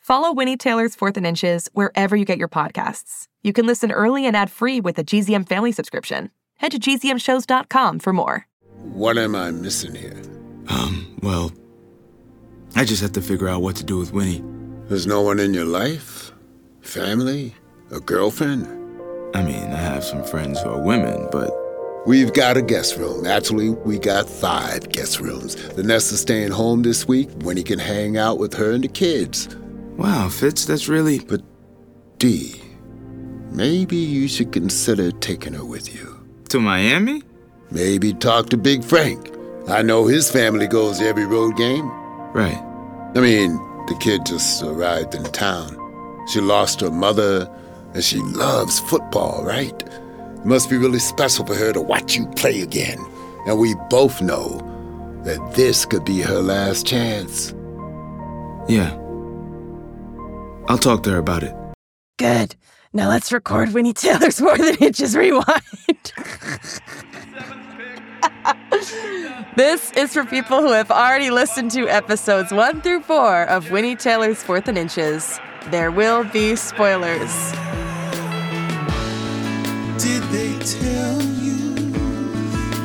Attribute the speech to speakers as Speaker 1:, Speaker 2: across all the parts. Speaker 1: Follow Winnie Taylor's Fourth and Inches wherever you get your podcasts. You can listen early and ad free with a GZM family subscription. Head to gzmshows.com for more.
Speaker 2: What am I missing here?
Speaker 3: Um, well, I just have to figure out what to do with Winnie.
Speaker 2: There's no one in your life? Family? A girlfriend?
Speaker 3: I mean, I have some friends who are women, but
Speaker 2: We've got a guest room. Actually, we got five guest rooms. The nest is staying home this week when he can hang out with her and the kids.
Speaker 3: wow, Fitz, that's really.
Speaker 2: But, D, maybe you should consider taking her with you.
Speaker 3: To Miami?
Speaker 2: Maybe talk to Big Frank. I know his family goes to every road game.
Speaker 3: Right.
Speaker 2: I mean, the kid just arrived in town. She lost her mother, and she loves football, right? It must be really special for her to watch you play again. And we both know that this could be her last chance.
Speaker 3: Yeah. I'll talk to her about it.
Speaker 4: Good. Now let's record Winnie Taylor's More Than Inches Rewind. this is for people who have already listened to episodes one through four of Winnie Taylor's Fourth and Inches. There will be spoilers.
Speaker 5: Did they tell you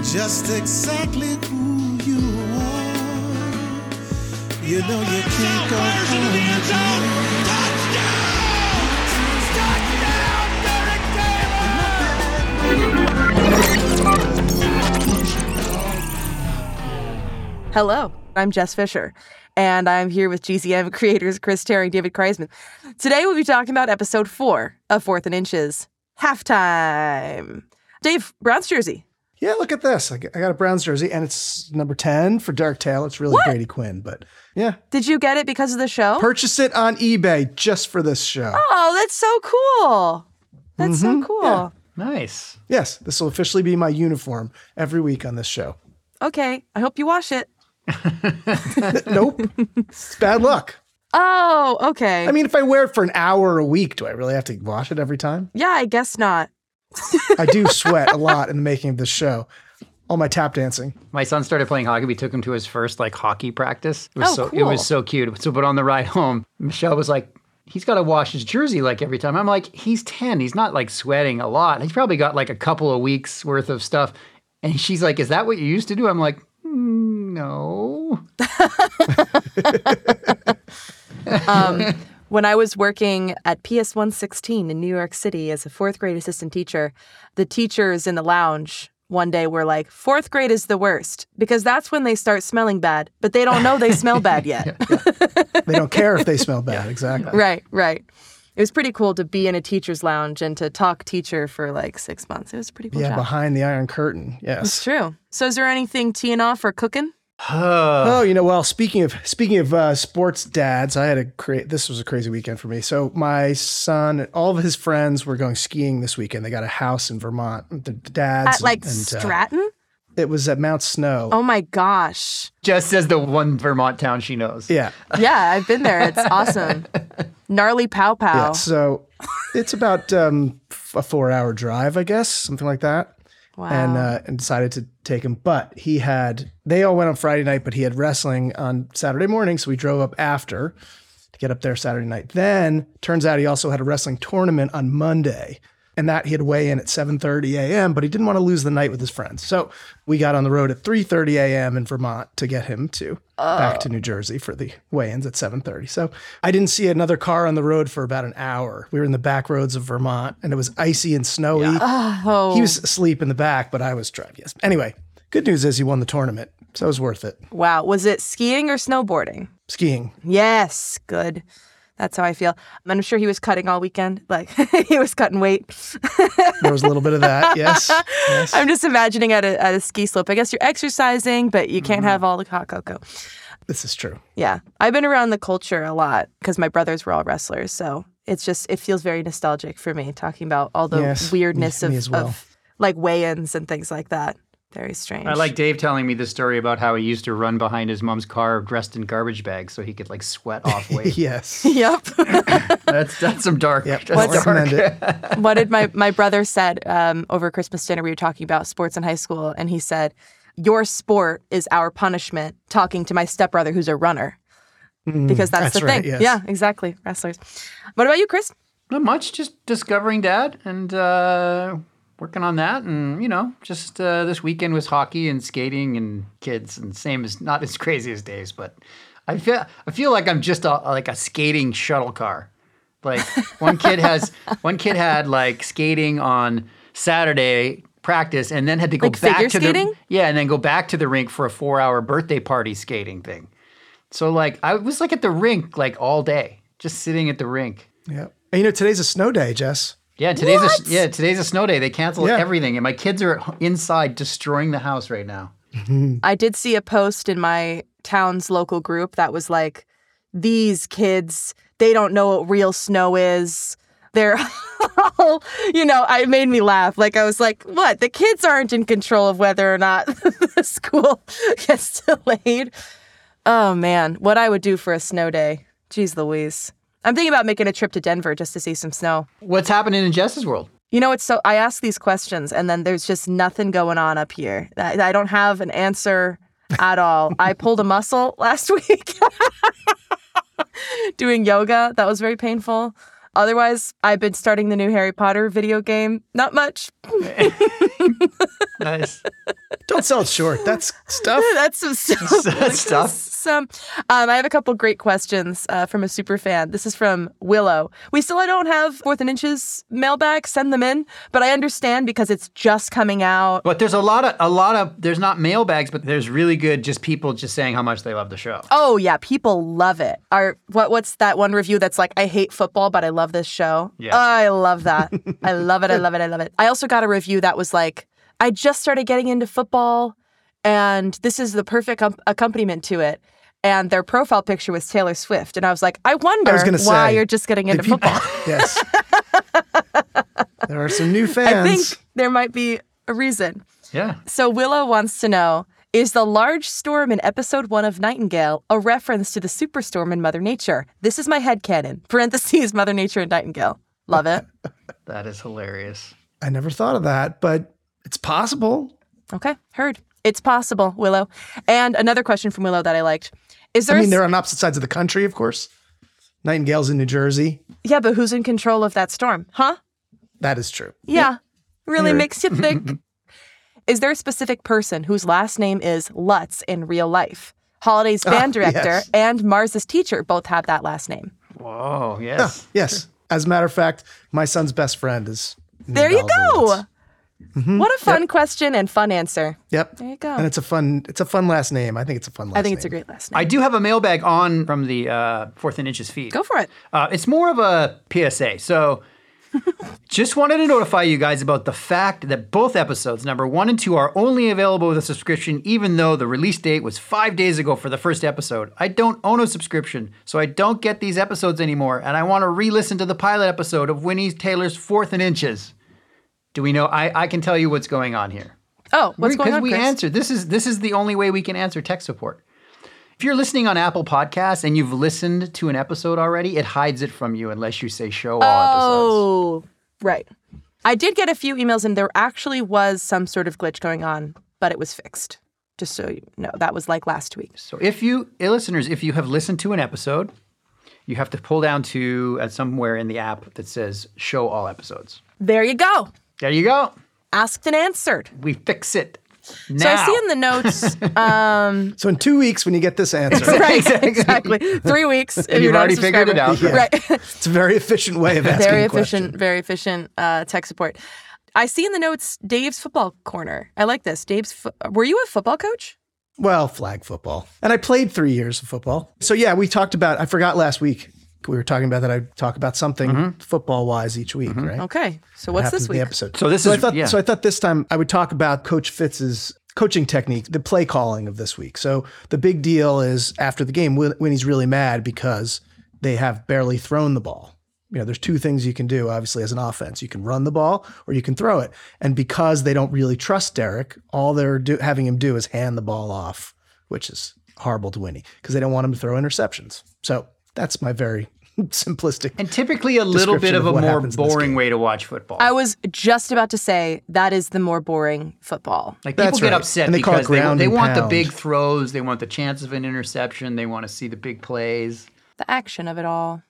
Speaker 5: just exactly who you are? You know you can't go home. again.
Speaker 4: Hello, I'm Jess Fisher, and I'm here with GCM creators Chris Terry and David Kreisman. Today we'll be talking about episode four of Fourth and Inches, halftime. Dave, Browns jersey.
Speaker 6: Yeah, look at this. I got I got a Browns jersey, and it's number 10 for Dark Tail. It's really Brady Quinn, but yeah.
Speaker 4: Did you get it because of the show?
Speaker 6: Purchase it on eBay just for this show.
Speaker 4: Oh, that's so cool. That's
Speaker 6: Mm-hmm.
Speaker 4: so cool.
Speaker 7: Nice.
Speaker 6: Yes, this will officially be my uniform every week on this show.
Speaker 4: Okay. I hope you wash it.
Speaker 6: nope. It's bad luck.
Speaker 4: Oh, okay.
Speaker 6: I mean, if I wear it for an hour a week, do I really have to wash it every time?
Speaker 4: yeah, I guess not.
Speaker 6: I do sweat a lot in the making of this show. All my tap dancing.
Speaker 7: My son started playing hockey. We took him to his first like hockey practice. It was
Speaker 4: Oh,
Speaker 7: so it
Speaker 4: cool.
Speaker 7: was so cute. So but on the ride home, Michelle was like, he's gotta wash his jersey like every time. I'm like, he's 10. He's not like sweating a lot. He's probably got like a couple of weeks worth of stuff. And she's like, Is that what you used to do? I'm like, "Mm, no.
Speaker 4: When I was working at PS 116 in New York City as a fourth grade assistant teacher, the teachers in the lounge one day were like, fourth grade is the worst because that's when they start smelling bad, but they don't know they smell bad yet.
Speaker 6: They don't care if they smell bad. Exactly.
Speaker 4: Right, right. It was pretty cool to be in a teacher's lounge and to talk teacher for like six months. It was a pretty cool
Speaker 6: Yeah,
Speaker 4: job.
Speaker 6: behind the Iron Curtain. Yes.
Speaker 4: It's true. So, is there anything teeing off or cooking?
Speaker 6: Oh, you know, well, speaking of speaking of uh, sports dads, I had a cra- this was a crazy weekend for me. So my son and all of his friends were going skiing this weekend. They got a house in Vermont. The the dads
Speaker 4: At
Speaker 6: and-
Speaker 4: like
Speaker 6: and, uh,
Speaker 4: Stratton?
Speaker 6: it was at Mount Snow.
Speaker 4: Oh my gosh.
Speaker 7: Jess says the one Vermont town she knows.
Speaker 6: Yeah,
Speaker 4: Yeah, I've been there. It's awesome. Gnarly pow pow.
Speaker 6: yeah. So it's about um, f- a four-hour drive, I guess, something like that.
Speaker 4: wow.
Speaker 6: and uh, and decided to take him. But he had they all went on Friday night, but he had wrestling on Saturday morning, so we drove up after to get up there Saturday night. Then turns out he also had a wrestling tournament on Monday. And that he had to weigh in at 7:30 a.m., but he didn't want to lose the night with his friends. So we got on the road at 3:30 a.m. in Vermont to get him to back to New Jersey for the weigh-ins at 7:30. So I didn't see another car on the road for about an hour. We were in the back roads of Vermont, and it was icy and snowy.
Speaker 4: oh,
Speaker 6: He was asleep in the back, but I was driving. Yes. Anyway, good news is he won the tournament, so it was worth it.
Speaker 4: wow. Was it skiing or snowboarding?
Speaker 6: Skiing.
Speaker 4: Yes, good. That's how I feel. And I'm sure he was cutting all weekend. Like he was cutting weight.
Speaker 6: There was a little bit of that. Yes. Yes. Mm-hmm.
Speaker 4: I'm just imagining at a, at a ski slope. I guess you're exercising, but you can't have all the hot cocoa.
Speaker 6: This is true.
Speaker 4: Yeah. I've been around the culture a lot because my brothers were all wrestlers. So it's just, it feels very nostalgic for me talking about all the
Speaker 6: Yes, me-
Speaker 4: weirdness
Speaker 6: me
Speaker 4: of,
Speaker 6: as well.
Speaker 4: of like weigh ins and things like that. Very strange.
Speaker 7: I like Dave telling me this story about how he used to run behind his mom's car dressed in garbage bags so he could like sweat off weight.
Speaker 6: Yes.
Speaker 4: Yep.
Speaker 7: that's that's some dark.
Speaker 6: Yep.
Speaker 7: that's
Speaker 6: don't
Speaker 7: dark.
Speaker 6: recommend it.
Speaker 4: what did my, my brother said um, over Christmas dinner? We were talking about sports in high school, and he said, "Your sport is our punishment." Talking to my stepbrother, who's a runner,
Speaker 6: Mm,
Speaker 4: because that's,
Speaker 6: that's
Speaker 4: the
Speaker 6: right,
Speaker 4: thing.
Speaker 6: yes.
Speaker 4: Yeah, exactly. Wrestlers. What about you, Chris?
Speaker 7: Not much, just discovering dad and uh, working on that. And, you know, just uh, this weekend was hockey and skating and kids and same as not as crazy as Dave's, but I feel I feel like I'm just a, like a skating shuttle car. Like one kid has one kid had like skating on Saturday practice and then had to go
Speaker 4: Like
Speaker 7: back
Speaker 4: figure
Speaker 7: to
Speaker 4: skating?
Speaker 7: the yeah, and then go back to the rink for a 4-hour birthday party skating thing. So like I was like at the rink like all day, just sitting at the rink.
Speaker 6: Yep. And you know, today's a snow day, Jess.
Speaker 7: Yeah, today's a, yeah today's a snow day. They canceled
Speaker 6: Yeah.
Speaker 7: everything, and my kids are at h- inside destroying the house right now.
Speaker 4: I did see a post in my town's local group that was like, these kids, they don't know what real snow is. They're all, you know, I it made me laugh. Like, I was like, what? The kids aren't in control of whether or not the school gets delayed. Oh, man. What I would do for a snow day. Jeez Louise. I'm thinking about making a trip to Denver just to see some snow.
Speaker 7: What's happening in Jess's world?
Speaker 4: You know, it's so I ask these questions and then there's just nothing going on up here. I, I don't have an answer at all. I pulled a muscle last week doing yoga. That was very painful. Otherwise, I've been starting the new Harry Potter video game. Not much.
Speaker 7: Nice
Speaker 6: Don't sell it short. That's stuff.
Speaker 4: That's some stuff.
Speaker 7: stuff.
Speaker 4: Some, um, I have a couple great questions uh, from a super fan. This is from Willow. We still don't have fourth and inches mailbag. Send them in, but I understand because it's just coming out.
Speaker 7: But there's a lot of a lot of there's not mailbags, but there's really good just people just saying how much they love the show.
Speaker 4: Oh yeah, people love it. Our what what's that one review that's like I hate football but I love this show. Oh,
Speaker 7: Yeah.
Speaker 4: I love that. I love it. I love it. I love it. I also got a review that was like I just started getting into football and this is the perfect com- accompaniment to it. And their profile picture was Taylor Swift and I was like, I wonder
Speaker 6: I was gonna
Speaker 4: why
Speaker 6: say,
Speaker 4: you're just getting
Speaker 6: The
Speaker 4: into
Speaker 6: people-
Speaker 4: football.
Speaker 6: yes. There are some new
Speaker 4: I
Speaker 6: fans.
Speaker 4: think there might be a reason.
Speaker 7: Yeah,
Speaker 4: So Willow wants to know Is the large storm in episode one of Nightingale a reference to the superstorm in Mother Nature? This is my headcanon. Parentheses, Mother Nature and Nightingale. Love it.
Speaker 7: that is hilarious.
Speaker 6: I never thought of that, but it's possible.
Speaker 4: Okay, heard. It's possible, Willow. And another question from Willow that I liked. Is there,
Speaker 6: I
Speaker 4: a
Speaker 6: mean,
Speaker 4: s-
Speaker 6: they're on opposite sides of the country, of course. Nightingale's in New Jersey.
Speaker 4: yeah, but who's in control of that storm? Huh?
Speaker 6: That is true.
Speaker 4: Yeah. Really
Speaker 6: You're-
Speaker 4: makes you think. is there a specific person whose last name is Lutz in real life? Holiday's band director
Speaker 6: Ah, yes.
Speaker 4: and Mars's teacher both have that last name.
Speaker 7: Whoa, Oh, yes.
Speaker 6: Yes. As a matter of fact, my son's best friend is.
Speaker 4: There you
Speaker 6: Nightingale's in
Speaker 4: go.
Speaker 6: Lutz.
Speaker 4: What a fun question and fun answer.
Speaker 6: Yep.
Speaker 4: There you go.
Speaker 6: And it's a fun. It's a fun last name. I think it's a fun last.
Speaker 4: I think it's a
Speaker 6: name.
Speaker 4: great last name.
Speaker 7: I do have a mailbag on from the uh, fourth and inches feed.
Speaker 4: Go for it.
Speaker 7: Uh, it's more of a PSA. So, just wanted to notify you guys about the fact that both episodes, number one and two, are only available with a subscription, even though the release date was five days ago for the first episode. I don't own a subscription, so I don't get these episodes anymore, and I want to re listen to the pilot episode of Winnie Taylor's Fourth and Inches. Do we know? I, I can tell you what's going on here.
Speaker 4: Oh, what's
Speaker 7: We-
Speaker 4: going on,
Speaker 7: we
Speaker 4: Chris?
Speaker 7: answered. This is this is the only way we can answer tech support. If you're listening on Apple Podcasts and you've listened to an episode already, it hides it from you unless you say show all episodes.
Speaker 4: Oh, right. I did get a few emails, and there actually was some sort of glitch going on, but it was fixed. Just so you know, that was like last week.
Speaker 7: So if you eh, listeners, if you have listened to an episode, you have to pull down to at somewhere in the app that says show all episodes.
Speaker 4: There you go.
Speaker 7: There you go.
Speaker 4: Asked and answered.
Speaker 7: We fix it. Now.
Speaker 4: So I see in the notes, um,
Speaker 6: So in two weeks, when you get this answer,
Speaker 4: right? Exactly. Three weeks. If
Speaker 7: you've
Speaker 4: you're not a
Speaker 7: already figured it
Speaker 4: subscriber.
Speaker 7: out.
Speaker 4: Right.
Speaker 6: it's a very efficient way of asking.
Speaker 4: very
Speaker 6: a question.
Speaker 4: efficient, very efficient uh, tech support. I see in the notes Dave's football corner. I like this. Dave's, fo- were you a football coach?
Speaker 6: Well, flag football. And I played three years of football. So, yeah, we talked about, I forgot last week, we were talking about that I talk about something football wise each week, right?
Speaker 4: Okay, so what's
Speaker 6: Happens
Speaker 4: this
Speaker 6: in the
Speaker 4: week?
Speaker 6: episode.
Speaker 7: So this
Speaker 6: so
Speaker 7: is-
Speaker 6: I thought,
Speaker 7: yeah.
Speaker 6: So I thought this time I would talk about Coach Fitz's coaching technique, the play calling of this week. So the big deal is after the game, Win- Winnie's really mad because they have barely thrown the ball. You know, there's two things you can do, obviously, as an offense. You can run the ball or you can throw it. And because they don't really trust Derek, all they're do- having him do is hand the ball off, which is horrible to Winnie because they don't want him to throw interceptions. So that's my very simplistic.
Speaker 7: And typically a little bit
Speaker 6: Description
Speaker 7: of
Speaker 6: of
Speaker 7: a
Speaker 6: what
Speaker 7: more
Speaker 6: happens in this
Speaker 7: boring
Speaker 6: game.
Speaker 7: way to watch football.
Speaker 4: I was just about to say that is the more boring football.
Speaker 7: like
Speaker 6: That's
Speaker 7: people get
Speaker 6: right.
Speaker 7: upset
Speaker 6: And they call it
Speaker 7: because they,
Speaker 6: ground
Speaker 7: they
Speaker 6: and
Speaker 7: want the
Speaker 6: pound.
Speaker 7: big throws, they want the chance of an interception, they want to see the big plays.
Speaker 4: The action of it all.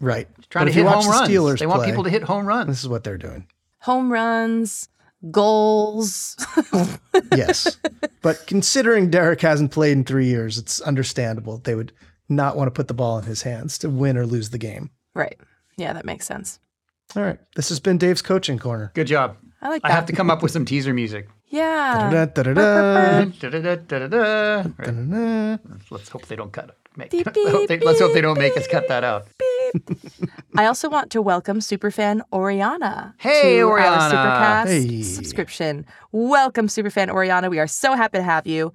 Speaker 6: Right.
Speaker 7: Trying
Speaker 6: But
Speaker 7: to
Speaker 6: if you
Speaker 7: hit
Speaker 6: watch
Speaker 7: home runs.
Speaker 6: The Steelers
Speaker 7: they want
Speaker 6: play,
Speaker 7: people to hit home runs.
Speaker 6: This is what they're doing.
Speaker 4: Home runs, goals.
Speaker 6: Yes. but considering Derek hasn't played in three years, it's understandable they would not want to put the ball in his hands to win or lose the game.
Speaker 4: right. Yeah, that makes sense.
Speaker 6: All right. This has been Dave's coaching corner.
Speaker 7: Good job.
Speaker 4: I like
Speaker 7: I
Speaker 4: that.
Speaker 7: have to come up with some teaser music.
Speaker 4: yeah.
Speaker 6: Da-da-da-da-da-da.
Speaker 7: Da-da-da-da-da-da. Right.
Speaker 6: Da-da-da.
Speaker 7: Let's hope they don't cut. Make,
Speaker 4: Beep,
Speaker 7: let's, hope they, let's hope they don't make us
Speaker 4: beep,
Speaker 7: cut that out.
Speaker 4: I also want to welcome superfan Oriana
Speaker 7: Hey,
Speaker 4: to
Speaker 7: Oriana.
Speaker 4: our Supercast
Speaker 6: Hey.
Speaker 4: subscription. Welcome, superfan Oriana. We are so happy to have you.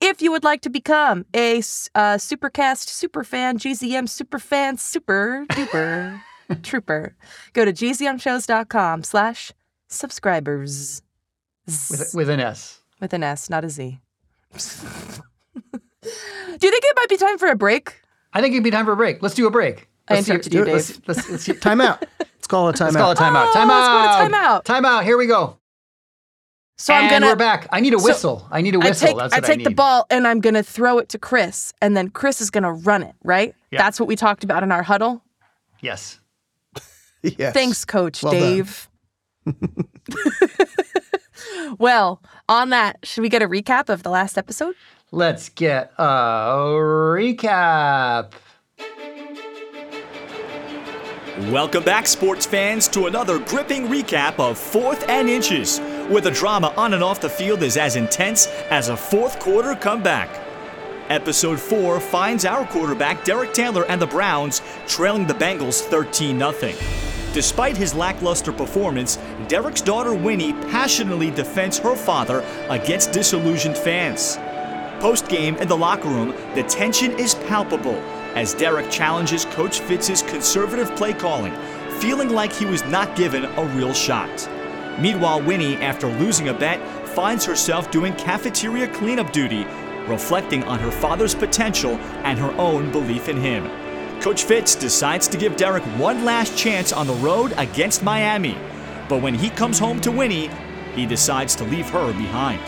Speaker 4: If you would like to become a s- uh, Supercast superfan, GZM superfan, super duper trooper, go to gzmshows.com slash subscribers
Speaker 7: With, with an S.
Speaker 4: with an S, not a Z. Do you think it might be time for a break?
Speaker 7: I think it'd be time for a break. Let's do a break.
Speaker 4: I
Speaker 7: Let's hear-
Speaker 4: interrupted you,
Speaker 7: let's-
Speaker 4: Dave.
Speaker 7: let's- let's hear-
Speaker 6: Time out. Let's call a
Speaker 7: Let's call a
Speaker 6: timeout.
Speaker 7: timeout.
Speaker 4: Oh,
Speaker 7: Timeout.
Speaker 4: let's go to timeout.
Speaker 7: Timeout. Here we go.
Speaker 4: So
Speaker 7: and
Speaker 4: I'm gonna
Speaker 7: we're back. I need a whistle. I need a whistle.
Speaker 4: I take,
Speaker 7: That's
Speaker 4: I
Speaker 7: what
Speaker 4: take
Speaker 7: need.
Speaker 4: the ball and I'm going to throw it to Chris, and then Chris is going to run it, right?
Speaker 7: Yeah.
Speaker 4: That's what we talked about in our huddle.
Speaker 7: Yes.
Speaker 6: Yes.
Speaker 4: Thanks, Coach
Speaker 6: Well done.
Speaker 4: Dave. well, on that, should we get a recap of the last episode?
Speaker 7: Let's get a recap.
Speaker 8: Welcome back, sports fans, to another gripping recap of Fourth and Inches, where the drama on and off the field is as intense as a fourth quarter comeback. Episode 4 finds our quarterback, Derek Taylor, and the Browns trailing the Bengals 13 0. Despite his lackluster performance, Derek's daughter Winnie passionately defends her father against disillusioned fans. Post game in the locker room, the tension is palpable as Derek challenges Coach Fitz's conservative play calling, feeling like he was not given a real shot. Meanwhile, Winnie, after losing a bet, finds herself doing cafeteria cleanup duty, reflecting on her father's potential and her own belief in him. Coach Fitz decides to give Derek one last chance on the road against Miami, but when he comes home to Winnie, he decides to leave her behind.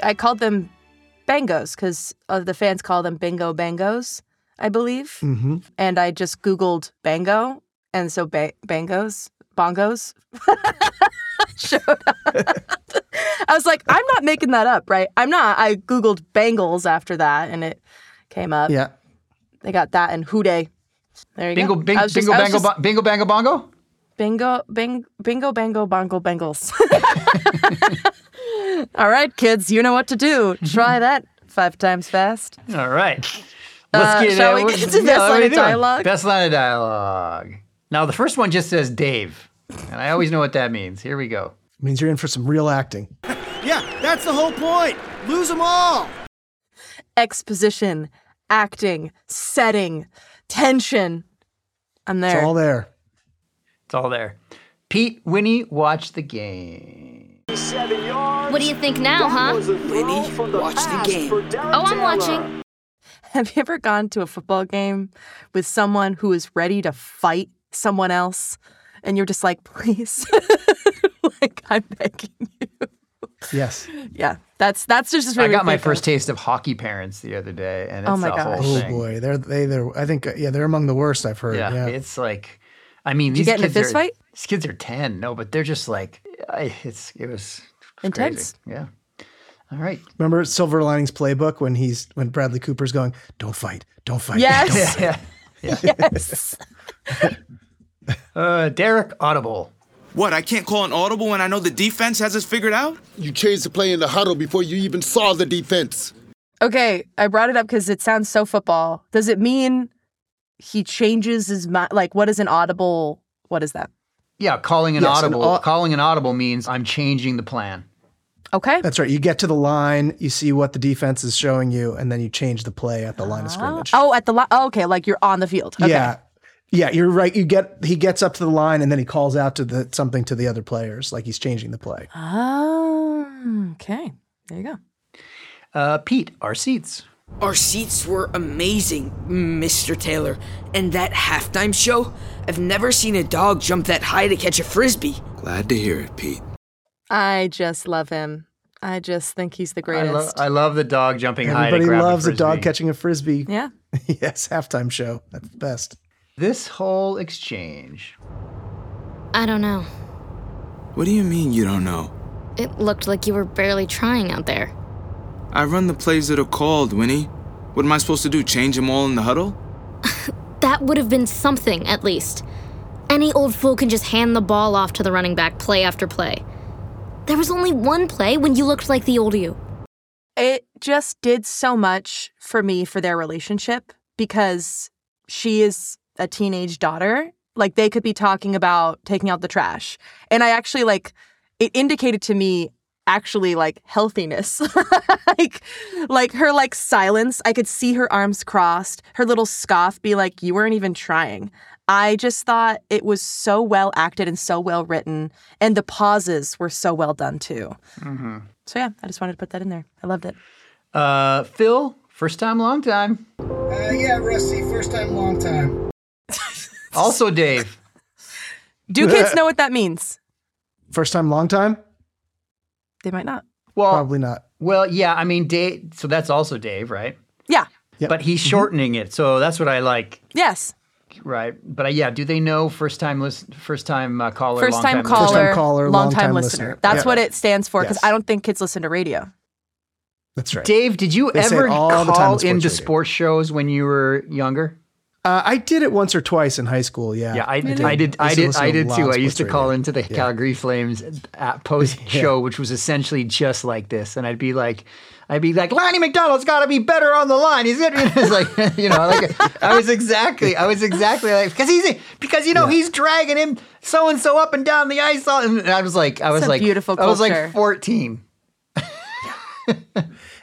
Speaker 4: I called them bangos because uh, the fans call them bingo bangos, I believe.
Speaker 6: Mm-hmm.
Speaker 4: And I just Googled bango, and so ba- bangos, bongos showed up. I was like, I'm not making that up, right? I'm not. I Googled bangles after that, and it came up.
Speaker 6: Yeah.
Speaker 4: They got that and hooday. There you
Speaker 7: Bingo,
Speaker 4: go.
Speaker 7: bing,
Speaker 4: I
Speaker 7: bingo,
Speaker 4: was just- I was
Speaker 7: bango,
Speaker 4: just-
Speaker 7: bo- bingo, bango, bongo.
Speaker 4: Bingo, bing, bingo, bango, bongo, bangles. All right, kids, you know what to do. Try that five times fast.
Speaker 7: All right. Let's
Speaker 4: Uh, shall we
Speaker 7: what's-
Speaker 4: get to
Speaker 7: yeah,
Speaker 4: best
Speaker 7: what are
Speaker 4: line
Speaker 7: we
Speaker 4: of
Speaker 7: doing?
Speaker 4: dialogue?
Speaker 7: Best line of dialogue. Now the first one just says Dave, and I always know what that means. Here we go.
Speaker 6: Means you're in for some real acting.
Speaker 8: Yeah, that's the whole point. Lose them all.
Speaker 4: Exposition, acting, setting, tension. I'm
Speaker 6: It's
Speaker 4: there.
Speaker 6: all there.
Speaker 7: It's all there. Pete, Winnie, watch the game.
Speaker 9: What do you think now, huh? Winnie, watch the game. Oh, I'm watching.
Speaker 4: Have you ever gone to a football game with someone who is ready to fight someone else? And you're just like, please, like I'm begging you.
Speaker 6: Yes.
Speaker 4: Yeah, that's that's just.
Speaker 7: I
Speaker 4: what
Speaker 7: got my
Speaker 4: think of.
Speaker 7: first taste of hockey parents the other day, and it's
Speaker 4: Oh my
Speaker 7: a whole
Speaker 4: gosh.
Speaker 6: Oh
Speaker 7: thing.
Speaker 6: boy. They're they they're I think uh, yeah, they're among the worst I've heard.
Speaker 7: Yeah,
Speaker 6: Yeah.
Speaker 7: it's like, I mean,
Speaker 4: Did you
Speaker 7: these
Speaker 4: get in a
Speaker 7: kids
Speaker 4: fist
Speaker 7: are
Speaker 4: fight?
Speaker 7: these kids are ten, no, but they're just like, I, it's it was crazy.
Speaker 4: Intense.
Speaker 7: Yeah. All right.
Speaker 6: Remember Silver Linings playbook when he's when Bradley Cooper's going, Don't fight, don't fight.
Speaker 4: Yes.
Speaker 6: don't
Speaker 7: Yeah.
Speaker 6: fight."
Speaker 7: yeah.
Speaker 4: Yes.
Speaker 7: Uh, Derek Audible.
Speaker 3: What? I can't call an audible when I know the defense has us figured out?
Speaker 2: You changed the play in the huddle before you even saw the defense.
Speaker 4: Okay, I brought it up because it sounds so football. Does it mean he changes his mind? Like, what is an audible? What is that?
Speaker 7: Yeah, calling an
Speaker 6: Yes, an
Speaker 7: audible.
Speaker 6: au-
Speaker 7: calling an audible means I'm changing the plan.
Speaker 4: Okay.
Speaker 6: That's right. You get to the line, you see what the defense is showing you, and then you change the play at the line of scrimmage.
Speaker 4: Oh, at the li- oh, okay, like you're on the field. Okay.
Speaker 6: Yeah. Yeah, you're right. You get he gets up to the line and then he calls out to the something to the other players, like he's changing the play.
Speaker 4: Oh, okay. There you go.
Speaker 7: Uh, Pete, our seats.
Speaker 10: Our seats were amazing, Mr. Taylor. And that halftime show? I've never seen a dog jump that high to catch a frisbee.
Speaker 3: Glad to hear it, Pete.
Speaker 4: I just love him. I just think he's
Speaker 7: I,
Speaker 4: the greatest.
Speaker 7: lo- I love the dog jumping high. to
Speaker 6: Everybody
Speaker 7: grab
Speaker 6: loves a,
Speaker 7: frisbee.
Speaker 6: dog catching a frisbee.
Speaker 4: yeah.
Speaker 6: yes, halftime show. That's the best.
Speaker 7: This whole exchange.
Speaker 9: I don't know.
Speaker 3: What do you mean you don't know?
Speaker 9: It looked like you were barely trying out there.
Speaker 3: I run the plays that are called, Winnie. What am I supposed to do? Change them all in the huddle?
Speaker 9: That would have been something, at least. Any old fool can just hand the ball off to the running back play after play. There was only one play when you looked like the old you.
Speaker 4: It just did so much for me for their relationship because she is a teenage daughter. Like they could be talking about taking out the trash. And I actually like it indicated to me actually like healthiness. like like her like silence. I could see her arms crossed, her little scoff be like, you weren't even trying. I just thought it was so well acted and so well written. And the pauses were so well done too. So yeah, I just wanted to put that in there. I loved it.
Speaker 7: Uh, Phil, first time, long time. Uh, yeah, Rusty, first time, long time. also, Dave.
Speaker 4: Do kids know what that means?
Speaker 6: First time, long time?
Speaker 4: They might not.
Speaker 7: Well,
Speaker 6: Probably not.
Speaker 7: well, yeah. I mean, Dave. So that's also Dave, right?
Speaker 4: Yeah.
Speaker 7: But he's
Speaker 6: Mm-hmm.
Speaker 7: shortening it, so that's what I like,
Speaker 4: Yes.
Speaker 7: right? But uh, yeah, do they know first time listen, first time uh, caller,
Speaker 4: First time
Speaker 7: long-time listener?
Speaker 4: caller,
Speaker 6: caller,
Speaker 4: long
Speaker 6: long-time
Speaker 4: time listener.
Speaker 6: listener. Yeah.
Speaker 4: That's what it stands for because
Speaker 6: Yes.
Speaker 4: I don't think kids listen to radio.
Speaker 6: That's right.
Speaker 7: Dave, did you
Speaker 6: They say
Speaker 7: ever
Speaker 6: it all the time
Speaker 7: call
Speaker 6: on sports
Speaker 7: into
Speaker 6: radio.
Speaker 7: sports shows when you were younger?
Speaker 6: Uh, I did it once or twice in high school. Yeah.
Speaker 7: Yeah, I, I did. I did. I did,
Speaker 6: listen to a lot
Speaker 7: too.
Speaker 6: of
Speaker 7: I used to
Speaker 6: sports
Speaker 7: call
Speaker 6: radio.
Speaker 7: into the Calgary Flames at post show, which was essentially just like this, and I'd be like, I'd be like, Lonnie McDonald's got to be better on the line. He's gonna be-" it's like, you know, like I was exactly, I was exactly like because he's because you know he's dragging him so and so up and down the ice, all- and I was like, I was
Speaker 4: a
Speaker 7: like,
Speaker 4: beautiful
Speaker 7: I was
Speaker 4: culture.
Speaker 7: like fourteen.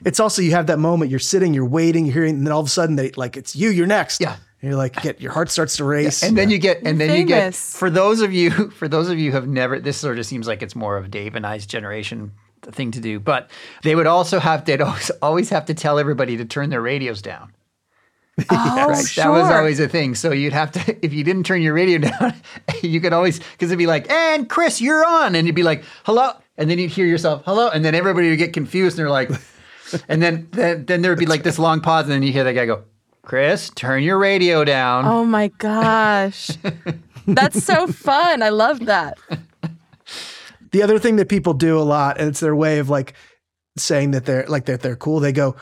Speaker 6: It's also you have that moment you're sitting, you're waiting, you're hearing, and then all of a sudden they like it's you, you're next.
Speaker 7: Yeah.
Speaker 6: And you're like, get your heart starts to race.
Speaker 7: and then you get and then you get
Speaker 4: famous.
Speaker 7: for those of you for those of you who have never this sort of seems like it's more of Dave and I's generation thing to do but they would also have they'd always always have to tell everybody to turn their radios down
Speaker 4: Oh,
Speaker 7: right
Speaker 4: sure.
Speaker 7: that was always a thing so you'd have to if you didn't turn your radio down you could always because it'd be like and Chris you're on and you'd be like hello and then you'd hear yourself hello and then everybody would get confused and they're like and then then, then there'd be like this long pause and then you hear that guy go Chris turn your radio down
Speaker 4: Oh my gosh. That's so fun. I love that.
Speaker 6: the other thing that people do a lot, and it's their way of like saying that they're like that they're cool. They go,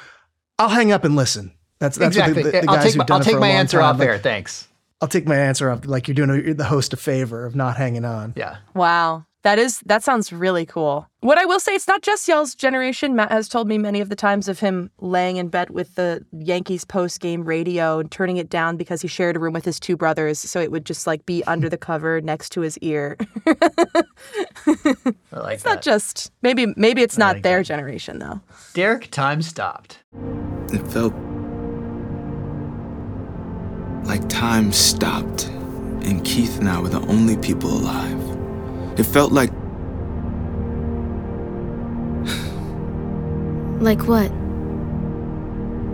Speaker 6: I'll hang up and listen. That's that's
Speaker 7: exactly.
Speaker 6: what the, the, the
Speaker 7: I'll
Speaker 6: guys
Speaker 7: take
Speaker 6: who've
Speaker 7: my,
Speaker 6: done
Speaker 7: I'll
Speaker 6: it for
Speaker 7: take
Speaker 6: a
Speaker 7: my
Speaker 6: long
Speaker 7: answer
Speaker 6: time,
Speaker 7: off
Speaker 6: like,
Speaker 7: there. Thanks.
Speaker 6: I'll take my answer off. Like you're doing a, you're the host a favor of not hanging on.
Speaker 7: Yeah.
Speaker 4: Wow. That is that sounds really cool. What I will say, it's not just y'all's generation. Matt has told me many of the times of him laying in bed with the Yankees post game radio and turning it down because he shared a room with his two brothers, so it would just like be under the cover next to his ear.
Speaker 7: I like
Speaker 4: Not
Speaker 7: that.
Speaker 4: just maybe maybe it's not
Speaker 7: like
Speaker 4: their
Speaker 7: that.
Speaker 4: generation though.
Speaker 7: Derek, time stopped.
Speaker 3: It felt like time stopped, and Keith and I were the only people alive. It felt like
Speaker 9: Like what?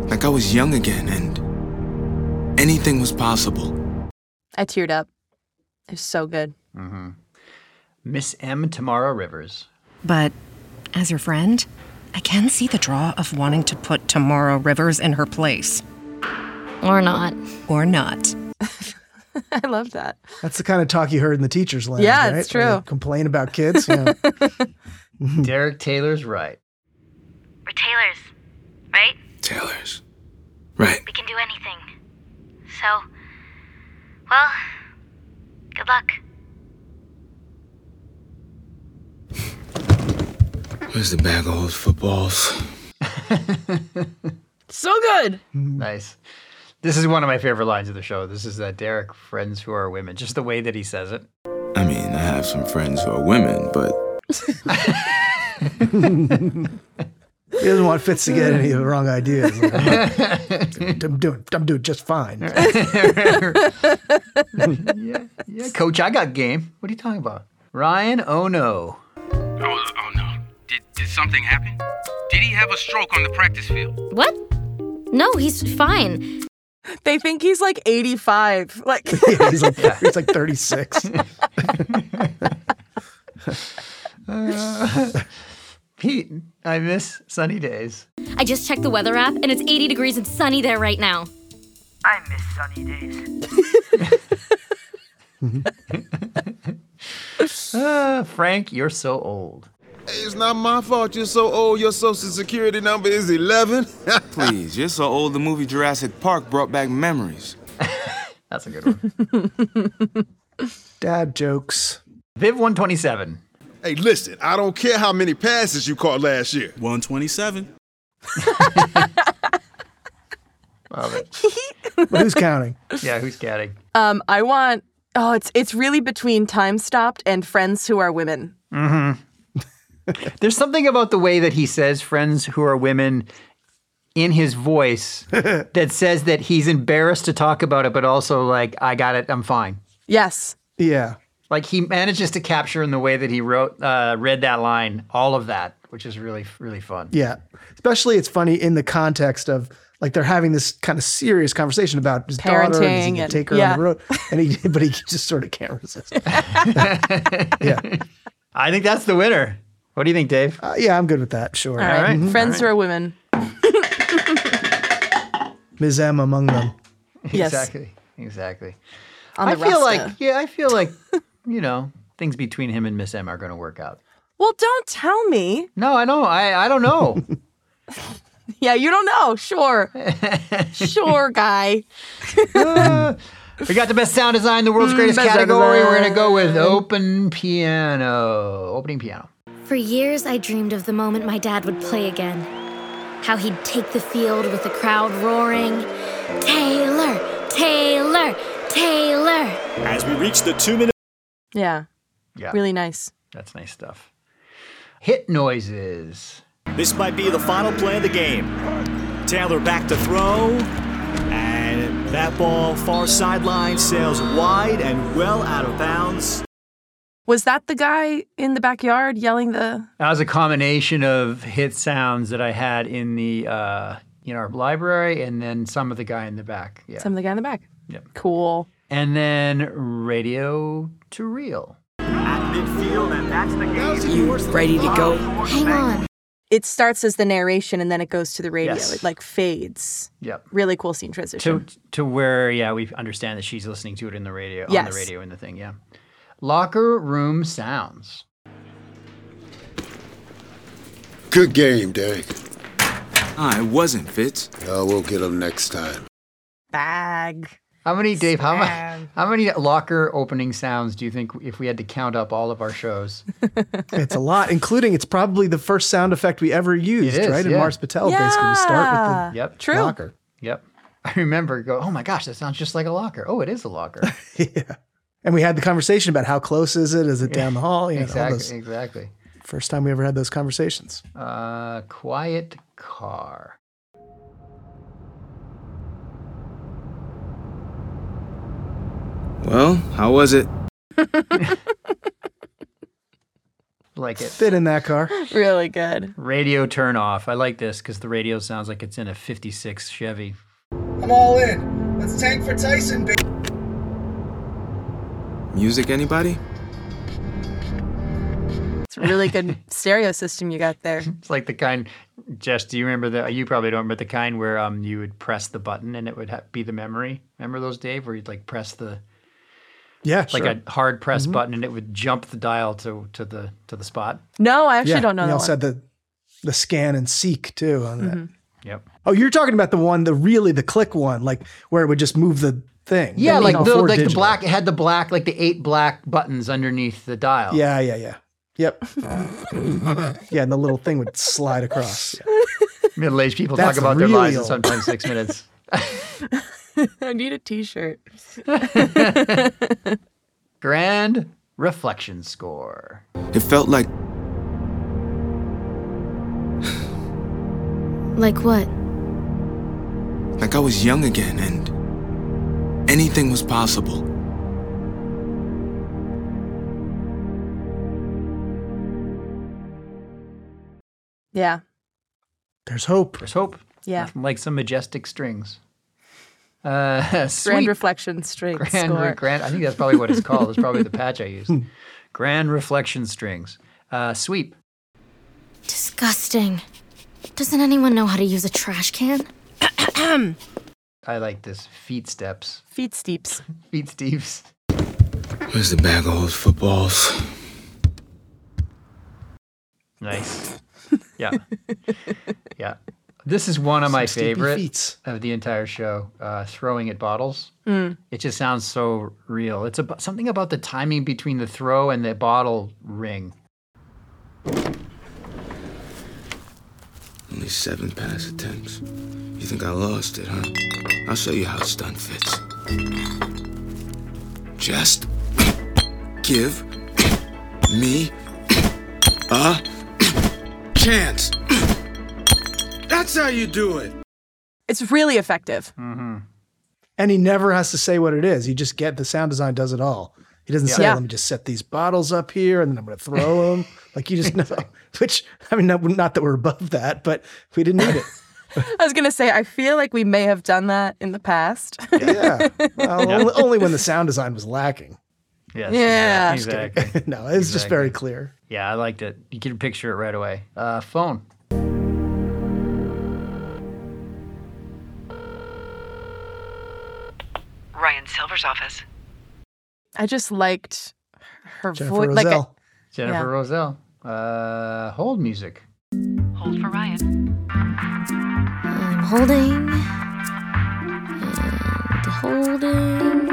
Speaker 3: like I was young again, and anything was possible.
Speaker 4: I teared up. It was so good.
Speaker 7: Miss M. Tamara Rivers.
Speaker 11: But as your friend, I can see the draw of wanting to put Tamara Rivers in her place.
Speaker 9: Or not.
Speaker 11: Or not.
Speaker 4: I love that.
Speaker 6: That's the kind of talk you heard in the teachers' lounge.
Speaker 4: Yeah,
Speaker 6: right?
Speaker 4: it's
Speaker 6: Where they
Speaker 4: true.
Speaker 6: Complain about kids. Yeah.
Speaker 7: Derek Taylor's right.
Speaker 12: We're tailors, right?
Speaker 3: Taylor's. Right.
Speaker 12: We can do anything. So, well, good luck.
Speaker 3: Where's the bag of old footballs?
Speaker 10: So good!
Speaker 7: Nice. This is one of my favorite lines of the show. This is that Derek, friends who are women. Just the way that he says it.
Speaker 3: I mean, I have some friends who are women, but
Speaker 6: He doesn't want Fitz to get any of the wrong ideas. Like, I'm, I'm doing, I'm doing just fine.
Speaker 7: yeah, yeah, coach, I got game. What are you talking about? Ryan Ono.
Speaker 13: Oh, oh no. Did, did something happen? Did he have a stroke on the practice field?
Speaker 9: What? No, he's fine.
Speaker 4: They think he's like 85. Like
Speaker 6: he's like he's like 36.
Speaker 7: Uh, Pete, I miss sunny days.
Speaker 9: I just checked the weather app and it's 80 degrees and sunny there right now.
Speaker 13: I miss sunny days.
Speaker 7: Uh, Frank, you're so old.
Speaker 2: It's not my fault you're so old. Your social security number is 11.
Speaker 3: please, you're so old the movie Jurassic Park brought back memories.
Speaker 7: That's a good one.
Speaker 6: Dad jokes.
Speaker 7: Viv 127.
Speaker 2: Hey, listen, I don't care how many passes you caught last year.
Speaker 5: 127.
Speaker 7: Love it.
Speaker 6: who's counting?
Speaker 7: Yeah, who's counting?
Speaker 4: um I want oh it's it's really between time stopped and friends who are women.
Speaker 7: There's something about the way that he says friends who are women in his voice that says that he's embarrassed to talk about it, but also like, I got it, I'm fine.
Speaker 4: Yes.
Speaker 6: Yeah.
Speaker 7: Like he manages to capture in the way that he wrote, uh, read that line, all of that, which is really, really fun.
Speaker 6: Yeah. Especially it's funny in the context of like they're having this kind of serious conversation about his daughter and is he
Speaker 4: Parenting
Speaker 6: gonna
Speaker 4: and-
Speaker 6: take her
Speaker 4: yeah.
Speaker 6: on the road. And he but he just sort of can't resist. Uh,
Speaker 7: I think that's the winner. What do you think, Dave?
Speaker 6: Uh, yeah, I'm good with that, sure.
Speaker 4: All right.
Speaker 7: right.
Speaker 4: Friends who are women.
Speaker 6: Ms. M among them.
Speaker 4: Yes.
Speaker 7: Exactly. Exactly.
Speaker 4: On the
Speaker 7: I feel
Speaker 4: roster.
Speaker 7: like, yeah, I feel like, you know, things between him and Miss M are going to work out.
Speaker 4: Well, don't tell me.
Speaker 7: No, I don't. I, I don't know.
Speaker 4: Yeah, you don't know. Sure. sure, guy.
Speaker 7: We got the best sound design, the world's greatest
Speaker 4: Mm, best sound
Speaker 7: category. We're gonna
Speaker 4: design.
Speaker 7: go with open piano. Opening piano.
Speaker 9: For years, I dreamed of the moment my dad would play again. How he'd take the field with the crowd roaring, Taylor, Taylor, Taylor.
Speaker 8: As we reach the two minute.
Speaker 4: Yeah.
Speaker 7: Yeah.
Speaker 4: Really nice.
Speaker 7: That's nice stuff. Hit noises.
Speaker 8: This might be the final play of the game. Taylor back to throw. And that ball, far sideline, sails wide and well out of bounds.
Speaker 4: Was that the guy in the backyard yelling the
Speaker 7: That was a combination of hit sounds that I had in the uh, in our library, and then some of the guy in the back. Yeah.
Speaker 4: some of the guy in the back? Cool.
Speaker 7: And then radio to reel.
Speaker 13: At midfield, and that's the game.
Speaker 10: You ready to go?
Speaker 9: Hang on.
Speaker 4: It starts as the narration and then it goes to the radio.
Speaker 7: Yes.
Speaker 4: It like fades.
Speaker 7: Yep.
Speaker 4: Really cool scene
Speaker 7: To
Speaker 4: transition.
Speaker 7: to where yeah we understand that she's listening to it in the radio on
Speaker 4: Yes.
Speaker 7: the radio in the thing yeah. Locker room sounds.
Speaker 2: Good game, Derek.
Speaker 3: I Ah, wasn't, Fitz.
Speaker 2: Uh, we'll get them next time.
Speaker 4: Bag.
Speaker 7: How many, Dave? How many, how many locker opening sounds do you think if we had to count up all of our shows?
Speaker 6: It's a lot, including it's probably the first sound effect we ever used,
Speaker 7: is,
Speaker 6: right? In
Speaker 7: yeah.
Speaker 6: Mars Patel, basically, we start with
Speaker 7: Yep.
Speaker 6: the
Speaker 4: True.
Speaker 6: locker.
Speaker 7: Yep. I remember go, oh my gosh, that sounds just like a locker. Oh, it is a locker.
Speaker 6: And we had the conversation about how close is it? Is it down the hall? You know, all
Speaker 7: exactly.
Speaker 6: those-
Speaker 7: Exactly.
Speaker 6: first time we ever had those conversations.
Speaker 7: Uh, quiet car.
Speaker 3: Well, how was it?
Speaker 7: Like it.
Speaker 6: Fit in that car.
Speaker 4: Really good.
Speaker 7: Radio turn off. I like this because the radio sounds like it's in a 56 Chevy.
Speaker 14: I'm all in. Let's tank for Tyson, baby.
Speaker 3: Music, anybody?
Speaker 4: It's a really good stereo system you got there.
Speaker 7: It's like the kind, Jess, do you remember the, you probably don't remember the kind where um you would press the button and it would ha- be the memory. Remember those, Dave, where you'd like press the,
Speaker 6: Yeah,
Speaker 7: like
Speaker 6: sure. Mm-hmm.
Speaker 7: a hard press button and it would jump the dial to to the to the spot.
Speaker 4: No, I actually
Speaker 6: yeah.
Speaker 4: don't know
Speaker 6: You
Speaker 4: that
Speaker 6: also
Speaker 4: one. Mm-hmm.
Speaker 6: had the the scan and seek too on that.
Speaker 7: Yep.
Speaker 6: Oh, you're talking about the one, the really the click one, like where it would just move the thing.
Speaker 7: Yeah,
Speaker 6: That was
Speaker 7: like the
Speaker 6: before
Speaker 7: like the
Speaker 6: digital.
Speaker 7: black it had the black like the eight black buttons underneath the dial.
Speaker 6: Yeah, yeah, yeah. Yep. yeah, and the little thing would slide across.
Speaker 7: Middle aged people
Speaker 6: That's
Speaker 7: talk about their
Speaker 6: really
Speaker 7: lives in
Speaker 6: old.
Speaker 7: sometimes six minutes.
Speaker 4: I need a t-shirt.
Speaker 7: Grand reflection score.
Speaker 3: It felt like
Speaker 9: Like what?
Speaker 3: like I was young again and anything was possible.
Speaker 4: Yeah.
Speaker 6: There's hope.
Speaker 7: There's hope.
Speaker 4: Yeah.
Speaker 7: Nothing like some majestic strings. Uh,
Speaker 4: Grand
Speaker 7: sweet.
Speaker 4: reflection straight
Speaker 7: grand,
Speaker 4: score.
Speaker 7: grand. I think that's probably what it's called. It's probably the patch I used. Grand reflection strings. Uh, sweep.
Speaker 9: Disgusting. Doesn't anyone know how to use a trash can?
Speaker 7: I like this. Feet steps.
Speaker 4: Feet steeps.
Speaker 7: Feet steeps.
Speaker 3: Where's the bag of old footballs?
Speaker 7: Nice. Yeah. yeah. This is one of my
Speaker 6: Some steepy
Speaker 7: favorite
Speaker 6: feats.
Speaker 7: of the entire show. Uh, throwing at bottles.
Speaker 6: Mm.
Speaker 7: It just sounds so real. It's about something about the timing between the throw and the bottle ring.
Speaker 3: Only seven pass attempts. You think I lost it, huh? I'll show you how it's done, Fitz. Just give me a chance. That's how you do it.
Speaker 4: It's really effective.
Speaker 7: Hmm.
Speaker 6: And he never has to say what it is. He just get the sound design does it all. He doesn't
Speaker 4: Yeah.
Speaker 6: say,
Speaker 4: Yeah.
Speaker 6: "Let me just set these bottles up here, and then I'm going to throw them." like you just know. Which I mean, not, not that we're above that, but we didn't need it.
Speaker 4: I was gonna say I feel like we may have done that in the past.
Speaker 6: yeah. Well, Only, only when the sound design was lacking.
Speaker 7: Yes.
Speaker 4: Yeah.
Speaker 6: Just kidding.
Speaker 7: Exactly.
Speaker 6: no, it's just
Speaker 7: Exactly.
Speaker 6: very clear.
Speaker 7: Yeah, I liked it. You can picture it right away. Uh, phone.
Speaker 15: Ryan Silver's office.
Speaker 4: I just liked her
Speaker 7: Jennifer
Speaker 4: voice. Like I-
Speaker 7: Rozelle. Jennifer Roselle. Uh, hold music.
Speaker 15: Hold for Ryan.
Speaker 9: I'm holding. And holding.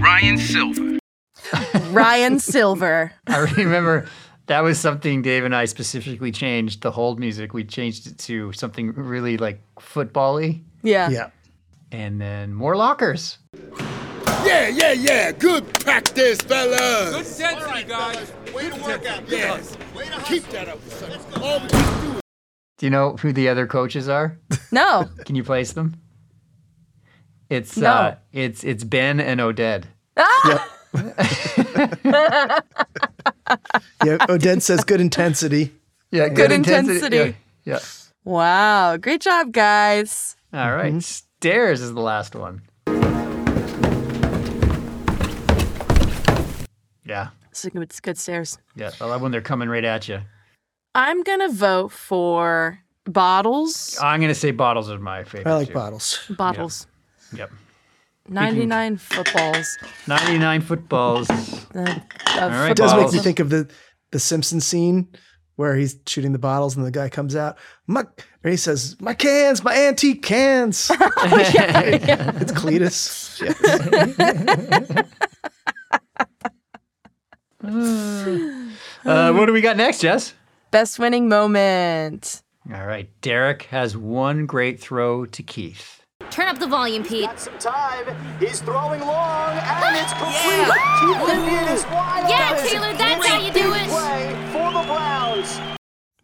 Speaker 13: Ryan Silver.
Speaker 4: Ryan Silver.
Speaker 7: I remember that was something Dave and I specifically changed the hold music. We changed it to something really like football-y.
Speaker 4: Yeah.
Speaker 6: Yeah.
Speaker 7: And then more lockers.
Speaker 2: Yeah, yeah, yeah. Good practice, fellas. Good
Speaker 13: sense, you guys.
Speaker 2: Way to work out. Yes. Keep that up. son. All the
Speaker 7: Do you know who the other coaches are?
Speaker 4: No.
Speaker 7: Can you place them? It's
Speaker 4: No.
Speaker 7: uh it's it's Ben and Oded.
Speaker 6: Yeah. Odette says good intensity.
Speaker 7: Yeah.
Speaker 4: Good good intensity. intensity.
Speaker 7: Yeah.
Speaker 4: wow. Great job, guys.
Speaker 7: All right. Stairs is the last one. Yeah.
Speaker 4: It's good, it's good stairs.
Speaker 7: Yeah. I love when they're coming right at you.
Speaker 4: I'm gonna vote for bottles.
Speaker 7: I'm gonna say bottles are my favorite.
Speaker 6: I like
Speaker 7: too.
Speaker 6: bottles.
Speaker 4: Bottles.
Speaker 7: Yep.
Speaker 4: Ninety nine footballs.
Speaker 7: 99 footballs.
Speaker 4: Uh,
Speaker 7: All
Speaker 4: of
Speaker 7: right,
Speaker 6: It does make
Speaker 7: bottles.
Speaker 6: me think of the the Simpsons scene where he's shooting the bottles and the guy comes out. My, or he says, "My cans, my antique cans." It's Cletus.
Speaker 7: Uh, what do we got next, Jess?
Speaker 4: Best winning moment.
Speaker 7: All right. Derek has one great throw to Keith.
Speaker 9: Turn up the volume, Pete. Got
Speaker 16: some time. He's throwing long, and it's complete.
Speaker 9: Yeah.
Speaker 16: Keith Vivian is wide.
Speaker 9: Yeah,
Speaker 16: That is
Speaker 9: Taylor,
Speaker 16: a
Speaker 9: that's how
Speaker 16: great
Speaker 9: you do
Speaker 16: big
Speaker 9: it.
Speaker 16: play for the Browns.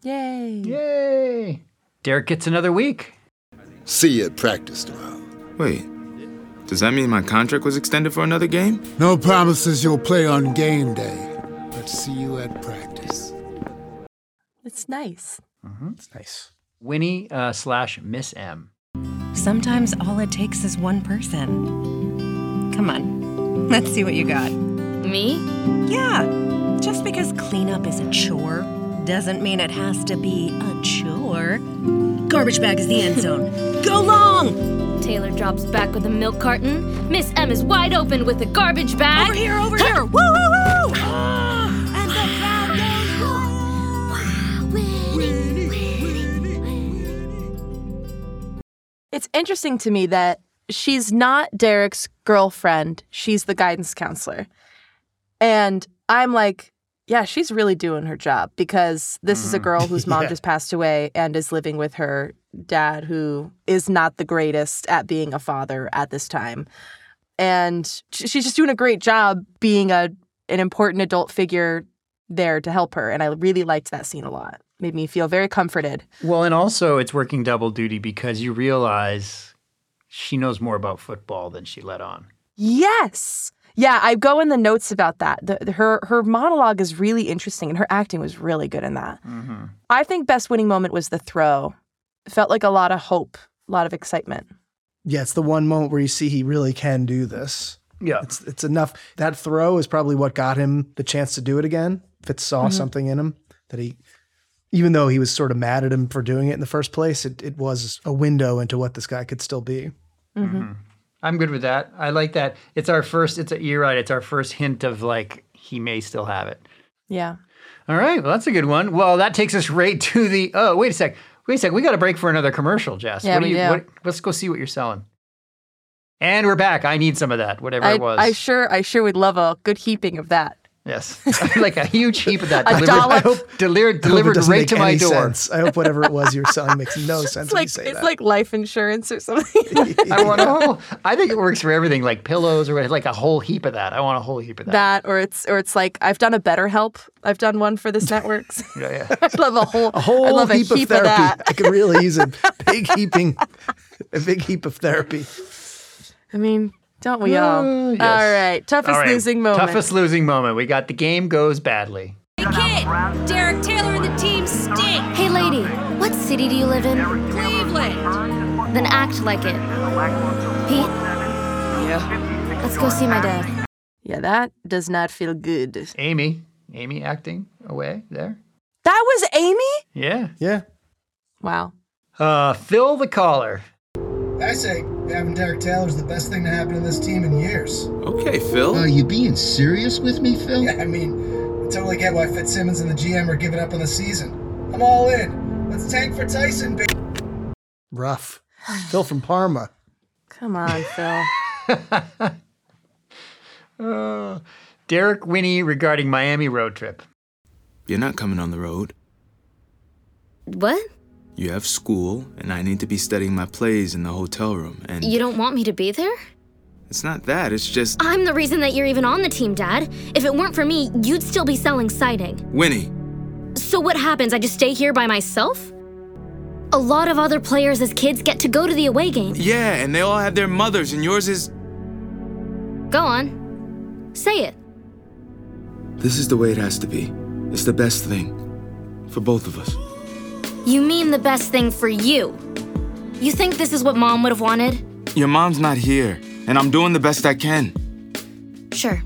Speaker 4: Yay.
Speaker 7: Yay. Derek gets another week.
Speaker 3: See you at practice tomorrow. Wait, does that mean my contract was extended for another game?
Speaker 2: No promises you'll play on game day, but see you at practice.
Speaker 4: It's nice.
Speaker 6: It's nice.
Speaker 7: Winnie uh, slash Miss M.
Speaker 11: Sometimes all it takes is one person. Come on, let's see what you got.
Speaker 9: Me?
Speaker 11: Yeah. Just because cleanup is a chore doesn't mean it has to be a chore. Garbage bag is the end zone. Go long!
Speaker 9: Taylor drops back with a milk carton. Miss M is wide open with a garbage bag. Over here, over here! Woo, woo, woo! and the crowd goes
Speaker 4: It's interesting to me that she's not Derek's girlfriend. She's the guidance counselor. And I'm like, yeah, she's really doing her job because this is a girl whose mom
Speaker 11: Yeah.
Speaker 4: just passed away and is living with her dad, who is not the greatest at being a father at this time. And sh- she's just doing a great job being a an important adult figure there to help her. And I really liked that scene a lot. Made me feel very comforted.
Speaker 7: Well, and also it's working double duty because you realize she knows more about football than she let on.
Speaker 4: Yes. Yeah, I go in the notes about that. The, the- her her monologue is really interesting, and her acting was really good in that.
Speaker 7: Mm-hmm.
Speaker 4: I think best winning moment was the throw. It felt like a lot of hope, a lot of excitement.
Speaker 6: Yeah, it's the one moment where you see he really can do this.
Speaker 7: Yeah.
Speaker 6: It's it's enough. That throw is probably what got him the chance to do it again. If it saw
Speaker 4: Mhm.
Speaker 6: something in him that he even though he was sort of mad at him for doing it in the first place, it, it was a window into what this guy could still be.
Speaker 7: Mhm. I'm good with that. I like that. It's our first. It's a, you're right. It's our first hint of like he may still have it.
Speaker 4: Yeah.
Speaker 7: All right. Well, that's a good one. Well, that takes us right to the. Oh, wait a sec. Wait a sec. We got a break for another commercial, Jess.
Speaker 4: Yeah,
Speaker 7: what
Speaker 4: we
Speaker 7: you,
Speaker 4: do.
Speaker 7: What, let's go see what you're selling. And we're back. I need some of that, whatever
Speaker 4: I,
Speaker 7: it was.
Speaker 4: I sure I sure would love a good heaping of that.
Speaker 7: yes. like a huge heap of that
Speaker 4: A
Speaker 7: delivered,
Speaker 4: dollop.
Speaker 7: I hope, delivered,
Speaker 6: I hope it
Speaker 7: delivered
Speaker 6: doesn't
Speaker 7: right
Speaker 6: make
Speaker 7: to my
Speaker 6: any
Speaker 7: door.
Speaker 6: sense. I hope whatever it was you were selling makes no sense.
Speaker 4: It's
Speaker 6: when you
Speaker 4: like
Speaker 6: say
Speaker 4: it's
Speaker 6: that.
Speaker 4: like life insurance or something.
Speaker 7: I want a whole, I think it works for everything, like pillows or whatever, like a whole heap of that. I want a whole heap of that.
Speaker 4: that or it's or it's like I've done a better help. I've done one for this networks.
Speaker 7: Yeah, yeah.
Speaker 4: I love a whole
Speaker 6: a whole
Speaker 4: I love
Speaker 6: heap,
Speaker 4: a heap
Speaker 6: of therapy.
Speaker 4: that.
Speaker 6: I could really use a big heaping, a big heap of therapy.
Speaker 4: I mean, don't we all?
Speaker 6: Uh, yes.
Speaker 4: All right. Toughest
Speaker 7: All right,
Speaker 4: losing moment.
Speaker 7: Toughest losing moment. We got the game goes badly.
Speaker 9: Hey kid, Derek Taylor and the team stink. Hey lady, what city do you live in? Cleveland. Then act like it. Pete,
Speaker 4: Yeah.
Speaker 9: let's go see my dad.
Speaker 4: Yeah, that does not feel good.
Speaker 7: Amy, Amy acting away there.
Speaker 4: That was Amy?
Speaker 7: Yeah.
Speaker 6: Yeah.
Speaker 4: Wow.
Speaker 7: Uh, Phil the caller.
Speaker 14: I say having Derek Taylor's the best thing to happen to this team in years.
Speaker 3: Okay, Phil.
Speaker 2: Uh,
Speaker 17: Are you being serious with me, Phil?
Speaker 14: Yeah, I mean, I totally get why Fitzsimmons and the GM are giving up on the season. I'm all in. Let's tank for Tyson, baby.
Speaker 6: Rough. Phil from Parma.
Speaker 4: Come on, Phil.
Speaker 7: Uh, Derek Winnie regarding Miami road trip.
Speaker 3: You're not coming on the road.
Speaker 9: What?
Speaker 3: You have school, and I need to be studying my plays in the hotel room. And
Speaker 9: You don't want me to be there?
Speaker 3: it's not that, it's just.
Speaker 9: I'm the reason that you're even on the team, Dad. If it weren't for me, you'd still be selling siding.
Speaker 3: Winnie,
Speaker 9: So what happens? I just stay here by myself? A lot of other players as kids get to go to the away game.
Speaker 3: yeah, and they all have their mothers, and yours is.
Speaker 9: Go on. Say it.
Speaker 3: This is the way it has to be. It's the best thing for both of us.
Speaker 9: You mean the best thing for you. You think this is what mom would have wanted?
Speaker 3: Your mom's not here, and I'm doing the best I can.
Speaker 9: Sure.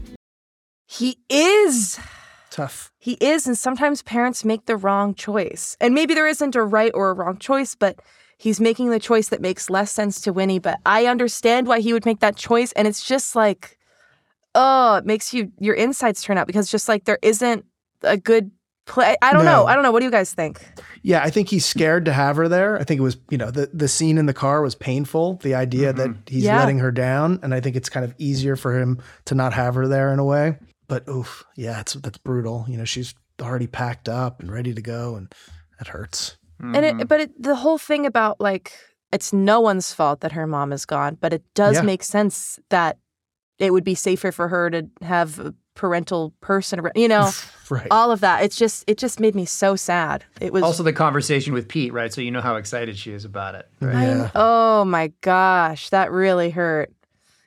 Speaker 4: He is.
Speaker 6: Tough.
Speaker 4: He is, and sometimes parents make the wrong choice. And maybe there isn't a right or a wrong choice, but he's making the choice that makes less sense to Winnie. But I understand why he would make that choice, and it's just like, oh, it makes you your insides turn out because just like there isn't a good play. I don't know.
Speaker 6: No.
Speaker 4: I don't know. What do you guys think?
Speaker 6: Yeah, I think he's scared to have her there. I think it was, you know, the, the scene in the car was painful. The idea
Speaker 7: Mm-hmm.
Speaker 6: that he's
Speaker 4: Yeah.
Speaker 6: letting her down, and I think it's kind of easier for him to not have her there in a way. But oof, yeah, it's that's brutal. You know, she's already packed up and ready to go, and that hurts.
Speaker 7: Mm-hmm.
Speaker 4: And
Speaker 6: Mm-hmm.
Speaker 4: it, but it, the whole thing about like it's no one's fault that her mom is gone, but it does
Speaker 6: Yeah.
Speaker 4: make sense that it would be safer for her to have a parental person around, you know,
Speaker 6: Right.
Speaker 4: all of that. It's just it just made me so sad. It was
Speaker 7: also the conversation with Pete, right? So you know how excited she is about it.
Speaker 4: I-
Speaker 7: Right?
Speaker 4: oh my gosh, that really hurt.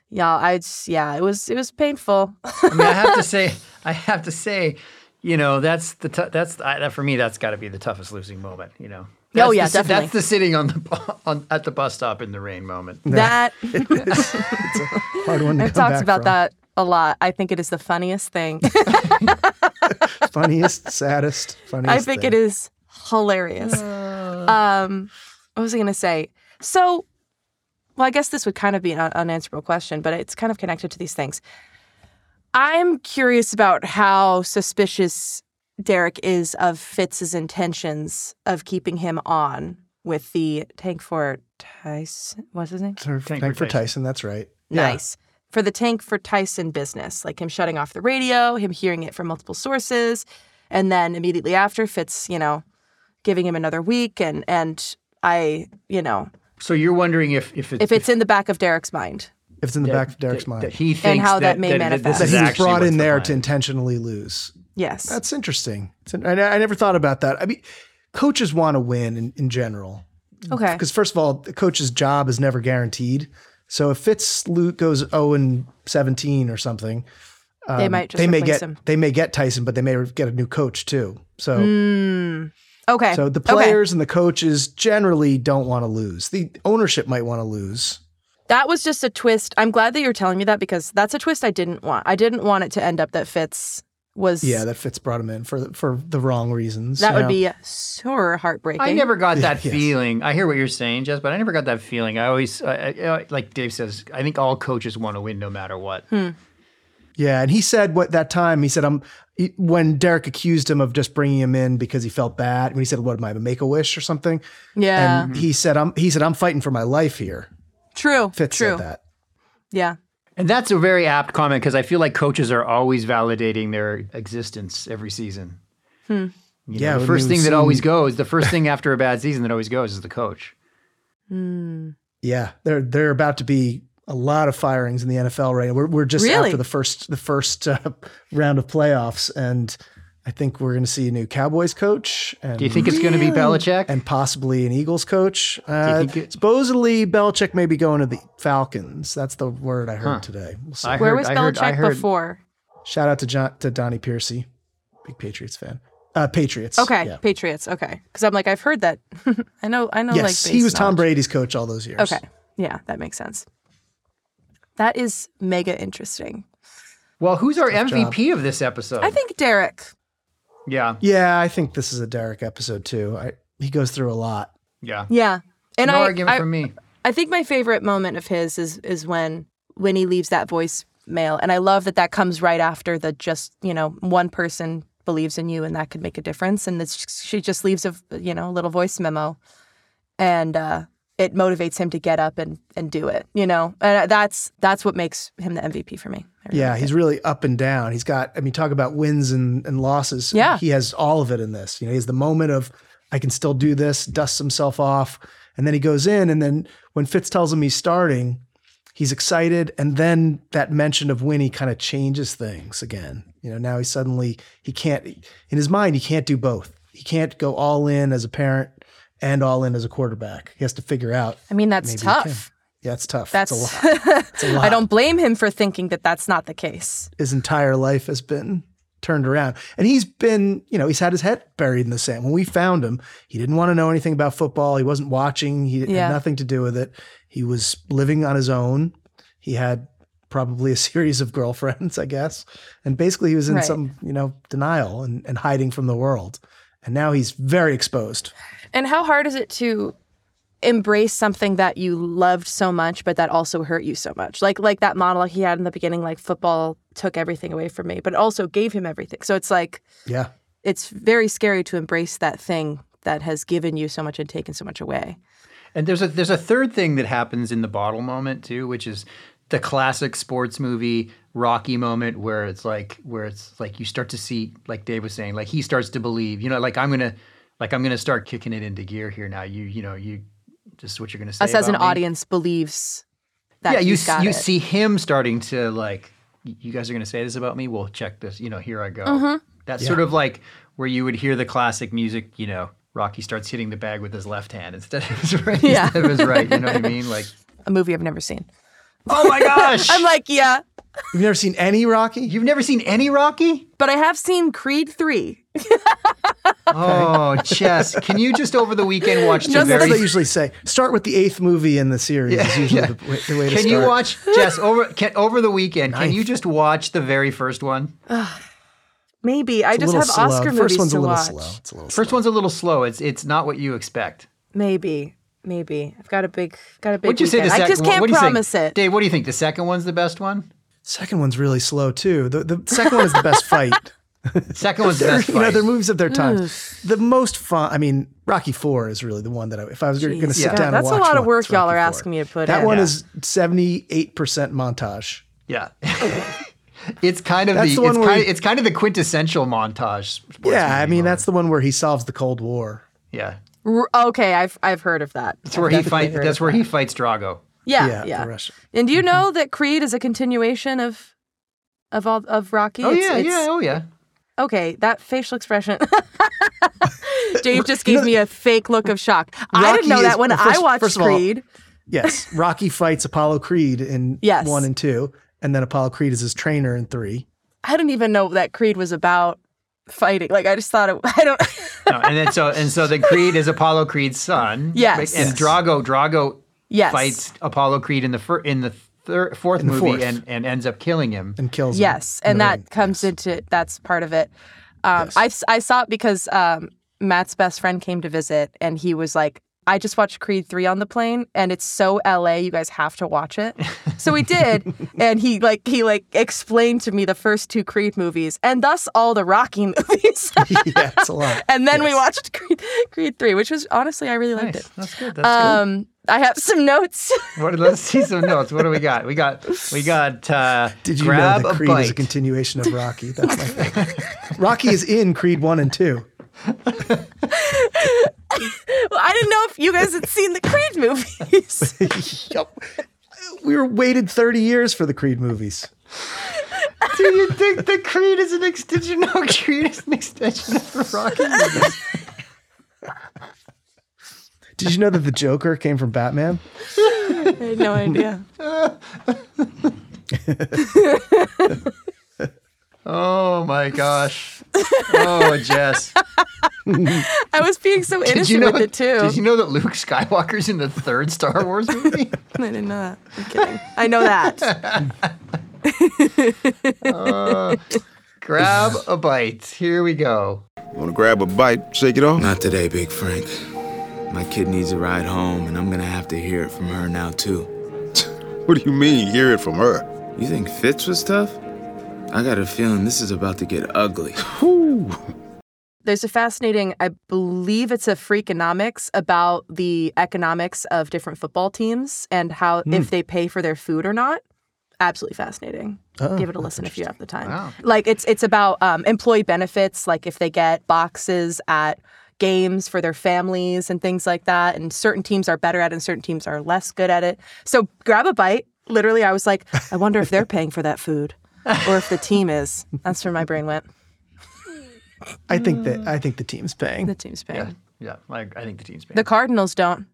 Speaker 4: Y'all, I just, yeah, it was it was painful.
Speaker 7: I mean, I have to say, I have to say, you know, that's the t- that's I, that for me. That's got to be the toughest losing moment. You know. That's
Speaker 4: yeah,
Speaker 7: the, si-
Speaker 4: definitely.
Speaker 7: That's the sitting on the bu- on at the bus stop in the rain moment.
Speaker 4: that
Speaker 6: Hard one to
Speaker 4: I've
Speaker 6: come
Speaker 4: talked
Speaker 6: back
Speaker 4: about
Speaker 6: from.
Speaker 4: that a lot. I think it is the funniest thing.
Speaker 6: Funniest, saddest, funniest.
Speaker 4: I think it
Speaker 6: thing.
Speaker 4: is hilarious. um, what was I going to say? So, well, I guess this would kind of be an un- unanswerable question, but it's kind of connected to these things. I'm curious about how suspicious Derek is of Fitz's intentions of keeping him on with the tank for Tyson. What's his name?
Speaker 6: Tank, for Tyson. That's right. Yeah.
Speaker 4: Nice. For the tank for Tyson business, like him shutting off the radio, him hearing it from multiple sources, and then immediately after Fitz, you know, giving him another week and and I, you know,
Speaker 7: So you're wondering if if, it,
Speaker 4: if it's in the back of Derek's mind.
Speaker 6: if it's in the
Speaker 7: That-
Speaker 6: back of Derek's
Speaker 7: that-
Speaker 6: mind.
Speaker 7: that he And thinks how that that- may that- that this manifest.
Speaker 6: That
Speaker 7: is
Speaker 6: he was
Speaker 7: actually
Speaker 6: brought
Speaker 7: what's
Speaker 6: in there
Speaker 7: behind
Speaker 6: to intentionally lose.
Speaker 4: Yes.
Speaker 6: That's interesting. It's an- I, I never thought about that. I mean, coaches want to win in, in general.
Speaker 4: Okay.
Speaker 6: Because first of all, the coach's job is never guaranteed. So if Fitz Luke goes 0 and 17 or something,
Speaker 4: They might just
Speaker 6: um, they may
Speaker 4: replace
Speaker 6: get
Speaker 4: him.
Speaker 6: they may get Tyson, but they may get a new coach too. So
Speaker 4: Mm. Okay.
Speaker 6: so the
Speaker 4: Okay.
Speaker 6: players and the coaches generally don't want to lose. The ownership might want to lose.
Speaker 4: That was just a twist. I'm glad that you're telling me that because that's a twist I didn't want. I didn't want it to end up that Fitz was.
Speaker 6: Yeah, that Fitz brought him in for for the wrong reasons.
Speaker 4: that would
Speaker 6: Yeah.
Speaker 4: be super heartbreaking.
Speaker 7: I never got that feeling. I hear what you're saying, Jess, but I never got that feeling. I always, I, I, I- like Dave says, I think all coaches want to win no matter what.
Speaker 6: Yeah, and he said what that time he said I'm he- when Derek accused him of just bringing him in because he felt bad when he said what am I a make a wish or something.
Speaker 4: Yeah. Mm-hmm.
Speaker 6: and he said I'm he said I'm fighting for my life here.
Speaker 4: True.
Speaker 6: Fitz
Speaker 4: true.
Speaker 6: said that.
Speaker 4: Yeah.
Speaker 7: And that's a very apt comment because I feel like coaches are always validating their existence every season.
Speaker 4: Hmm.
Speaker 7: You know,
Speaker 6: Yeah, I
Speaker 7: the
Speaker 6: mean,
Speaker 7: first
Speaker 6: we've
Speaker 7: thing that always
Speaker 6: seen-
Speaker 7: goes, the first thing after a bad season that always goes is the coach.
Speaker 4: Mm.
Speaker 6: Yeah, there there are about to be a lot of firings in the NFL right now. We're we're just
Speaker 4: Really?
Speaker 6: after the first the first uh, round of playoffs, and I think we're going to see a new Cowboys coach. And
Speaker 7: Do you think it's gonna be Really? Belichick
Speaker 6: and possibly an Eagles coach? Uh, supposedly, Belichick may be going to the Falcons. That's the word I heard
Speaker 7: Huh.
Speaker 6: today. We'll see.
Speaker 7: I
Speaker 4: Where
Speaker 7: heard-
Speaker 4: was
Speaker 7: I
Speaker 4: Belichick
Speaker 7: heard- I heard-
Speaker 4: before?
Speaker 6: Shout out to John, to Donnie Piercy, big Patriots fan. Uh, Patriots.
Speaker 4: Okay.
Speaker 6: yeah.
Speaker 4: Patriots. Okay. Because I'm like, I've heard that. I know. I know.
Speaker 6: Yes,
Speaker 4: like
Speaker 6: he
Speaker 4: base
Speaker 6: was Tom
Speaker 4: knowledge.
Speaker 6: Brady's coach all those years.
Speaker 4: Okay. Yeah, that makes sense. That is mega interesting.
Speaker 7: Well, who's our
Speaker 6: Tough job.
Speaker 7: MVP of this episode?
Speaker 6: Oh.
Speaker 4: I think Derek.
Speaker 7: Yeah.
Speaker 6: Yeah, I think this is a Derek episode too. I, he goes through a lot.
Speaker 7: Yeah.
Speaker 4: Yeah. And
Speaker 7: No
Speaker 4: I,
Speaker 7: argument
Speaker 4: I-
Speaker 7: from me.
Speaker 4: I think my favorite moment of his is is when when he leaves that voicemail, and I love that that comes right after the just you know one person believes in you, and that could make a difference. And it's, she just leaves a you know little voice memo, and uh, it motivates him to get up and and do it. You know, and that's that's what makes him the MVP for me. I really
Speaker 6: Yeah,
Speaker 4: like
Speaker 6: he's
Speaker 4: it.
Speaker 6: really up and down. He's got, I mean, talk about wins and, and losses.
Speaker 4: Yeah.
Speaker 6: He has all of it in this. You know, he has the moment of, I can still do this, dusts himself off. And then he goes in. And then when Fitz tells him he's starting, he's excited. And then that mention of Winnie kind of changes things again. You know, now he suddenly, he can't, in his mind, he can't do both. He can't go all in as a parent and all in as a quarterback. He has to figure out.
Speaker 4: I mean, that's
Speaker 6: maybe he
Speaker 4: tough.
Speaker 6: can. Yeah, it's tough.
Speaker 4: That's
Speaker 6: it's a lot. a lot.
Speaker 4: I don't blame him for thinking that that's not the case.
Speaker 6: his entire life has been turned around. And he's been, you know, he's had his head buried in the sand. When we found him, he didn't want to know anything about football. He wasn't watching. He
Speaker 4: Yeah.
Speaker 6: had nothing to do with it. He was living on his own. He had probably a series of girlfriends, I guess. And basically he was in
Speaker 4: Right.
Speaker 6: some, you know, denial and, and hiding from the world. And now he's very exposed.
Speaker 4: And how hard is it to embrace something that you loved so much but that also hurt you so much? Like like that monologue he had in the beginning like football took everything away from me, but it also gave him everything. So it's like
Speaker 6: Yeah.
Speaker 4: it's very scary to embrace that thing that has given you so much and taken so much away.
Speaker 7: And there's a there's a third thing that happens in the bottle moment too, which is the classic sports movie Rocky moment where it's like where it's like you start to see, like Dave was saying, like he starts to believe, you know, like I'm gonna like I'm gonna start kicking it into gear here now. You you know, you just what you're gonna say.
Speaker 4: Us as an
Speaker 7: about me.
Speaker 4: audience believes that
Speaker 7: yeah, you
Speaker 4: he's
Speaker 7: s-
Speaker 4: got
Speaker 7: you
Speaker 4: it.
Speaker 7: see him starting to like, "Y- you guys are gonna say this about me. Well, check this. You know, here I go.
Speaker 4: Mhm.
Speaker 7: That's
Speaker 4: Yeah.
Speaker 7: sort of like where you would hear the classic music. You know, Rocky starts hitting the bag with his left hand instead of his right.
Speaker 4: Yeah.
Speaker 7: instead of his right. You know what I mean? Like,
Speaker 4: a movie I've never seen.
Speaker 7: oh my gosh!
Speaker 4: I'm like, yeah.
Speaker 6: You've never seen any Rocky?
Speaker 7: You've never seen any Rocky?
Speaker 4: But I have seen Creed 3.
Speaker 7: oh, chess. Can you just over the weekend watch the
Speaker 6: That's
Speaker 7: very
Speaker 6: what they usually say. Start with the eighth movie in the series is usually the, w- the way to
Speaker 7: Can
Speaker 6: start.
Speaker 7: you watch Jess over can, over the weekend? Can you just watch the very first one?
Speaker 4: Ugh. Maybe I
Speaker 7: It's a
Speaker 4: just
Speaker 7: little
Speaker 4: have
Speaker 7: slow.
Speaker 4: Oscar
Speaker 7: The first
Speaker 4: movies
Speaker 7: one's a
Speaker 4: to
Speaker 7: little
Speaker 4: watch.
Speaker 7: slow. First one's a little slow. It's it's not what you expect.
Speaker 4: Maybe, maybe I've got a big, got a big.
Speaker 7: What'd you say? The
Speaker 4: weekend.
Speaker 7: second
Speaker 4: I just
Speaker 7: one?
Speaker 4: can't
Speaker 7: What do you think?
Speaker 4: promise it.
Speaker 7: Dave, what do you think? The second one's the best one.
Speaker 6: Second one's really slow too. The, the second one is the best fight.
Speaker 7: Second one's the
Speaker 6: They're-
Speaker 7: best
Speaker 6: You know,
Speaker 7: fight.
Speaker 6: they're movies of their time.
Speaker 4: Ugh.
Speaker 6: The most fun. I mean, Rocky Four is really the one that I, if I was going to sit
Speaker 4: God,
Speaker 6: down,
Speaker 4: that's
Speaker 6: and watch
Speaker 4: a lot of
Speaker 6: one,
Speaker 4: work
Speaker 6: it's
Speaker 4: y'all
Speaker 6: Rocky
Speaker 4: are
Speaker 6: IV.
Speaker 4: asking me to put
Speaker 6: That
Speaker 4: in.
Speaker 6: one is seventy-eight percent montage.
Speaker 7: Yeah. it's kind of
Speaker 6: That's
Speaker 7: the,
Speaker 6: the one
Speaker 7: it's
Speaker 6: where
Speaker 7: kind of,
Speaker 6: he-
Speaker 7: it's kind of the quintessential montage.
Speaker 6: yeah, I mean, that's the one where he solves the Cold War.
Speaker 7: Yeah.
Speaker 4: R- okay, I've I've heard of that.
Speaker 7: That's where he fight that's where he fights Drago.
Speaker 4: Yeah,
Speaker 6: Yeah,
Speaker 4: yeah.
Speaker 6: the Russian.
Speaker 4: And do
Speaker 7: Mm-hmm.
Speaker 4: you know that Creed is a continuation of of all of Rocky?
Speaker 7: Oh, yeah, yeah, oh, yeah.
Speaker 4: Okay, that facial expression. Dave just gave me a fake look of shock. I
Speaker 6: Rocky
Speaker 4: didn't know
Speaker 6: is-
Speaker 4: that when
Speaker 6: well,
Speaker 4: I watched
Speaker 6: first of all,
Speaker 4: Creed.
Speaker 6: yes, Rocky fights Apollo Creed in
Speaker 4: Yes.
Speaker 6: one and two, and then Apollo Creed is his trainer in three.
Speaker 4: I didn't even know that Creed was about fighting. Like I just thought it. I don't.
Speaker 7: No, and then so and so the Creed is Apollo Creed's son.
Speaker 4: Yes.
Speaker 7: And
Speaker 4: Yes.
Speaker 7: Drago Drago
Speaker 4: Yes.
Speaker 7: fights Apollo Creed in the fir- in the thir- fourth
Speaker 6: In the
Speaker 7: movie
Speaker 6: fourth.
Speaker 7: and and ends up killing him.
Speaker 6: And kills
Speaker 4: Yes, and that comes into that's part of it. Um, I s I I, saw it because um, Matt's best friend came to visit, and he was like, "I just watched Creed three on the plane, and it's so LA. You guys have to watch it." so we did, and he like he like explained to me the first two Creed movies, and thus all the Rocky movies.
Speaker 6: yeah, it's a lot.
Speaker 4: And then we watched Creed, Creed three, which was honestly I really liked it. Um,
Speaker 7: That's good. That's good.
Speaker 4: I have some notes.
Speaker 7: What, let's see some notes. What do we got? We got we got. Uh,
Speaker 6: Did you
Speaker 7: grab
Speaker 6: know that
Speaker 7: a
Speaker 6: Creed is a
Speaker 7: bite?
Speaker 6: continuation of Rocky? That's my favorite. Rocky is in Creed one and two.
Speaker 4: well, I didn't know if you guys had seen the Creed movies.
Speaker 6: Yup. We were waited thirty years for the Creed movies.
Speaker 7: Do you think the Creed is an extension? No, Creed is an extension of the Rocky movies.
Speaker 6: Did you know that the Joker came from Batman?
Speaker 4: I had no idea.
Speaker 7: Oh my gosh! Oh Jess,
Speaker 4: I was being so innocent
Speaker 7: did you know?
Speaker 4: with it too.
Speaker 7: Did you know that Luke Skywalker's in the third Star Wars movie?
Speaker 4: I didn't know that. I'm kidding. I know that.
Speaker 7: Uh, grab a bite. Here we go.
Speaker 3: Wanna grab a bite, shake it off? Not today, Big Frank. My kid needs a ride home, and I'm gonna have to hear it from her now, too. what do you mean, hear it from her? You think Fitz was tough? I got a feeling this is about to get ugly.
Speaker 4: There's a fascinating, I believe it's a freakonomics about the economics of different football teams and how
Speaker 11: Hmm.
Speaker 4: if they pay for their food or not. Absolutely fascinating.
Speaker 11: Oh,
Speaker 4: Give it a
Speaker 11: that's
Speaker 4: listen if you have the time.
Speaker 11: Wow.
Speaker 4: Like it's it's about um, employee benefits, like if they get boxes at games for their families and things like that. And certain teams are better at it and certain teams are less good at it. So grab a bite. Literally, I was like, I wonder if they're paying for that food or if the team is. That's where my brain went.
Speaker 6: I think that I think the team's paying.
Speaker 4: The team's paying.
Speaker 7: Yeah, I, I think the team's paying.
Speaker 4: The Cardinals don't.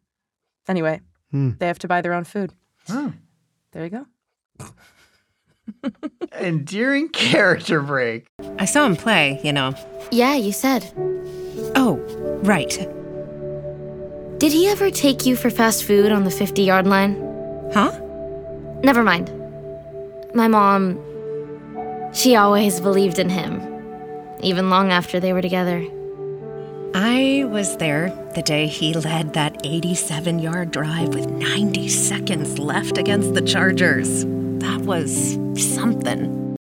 Speaker 4: Anyway,
Speaker 6: Hmm.
Speaker 4: they have to buy their own food. There you go.
Speaker 7: Endearing character break.
Speaker 11: I saw him play, you know.
Speaker 9: Yeah, you said.
Speaker 11: Oh, right.
Speaker 9: Did he ever take you for fast food on the 50 yard line?
Speaker 11: Huh?
Speaker 9: Never mind. My mom. She always believed in him, even long after they were together.
Speaker 11: I was there the day he led that 87 yard drive with 90 seconds left against the Chargers. That was something.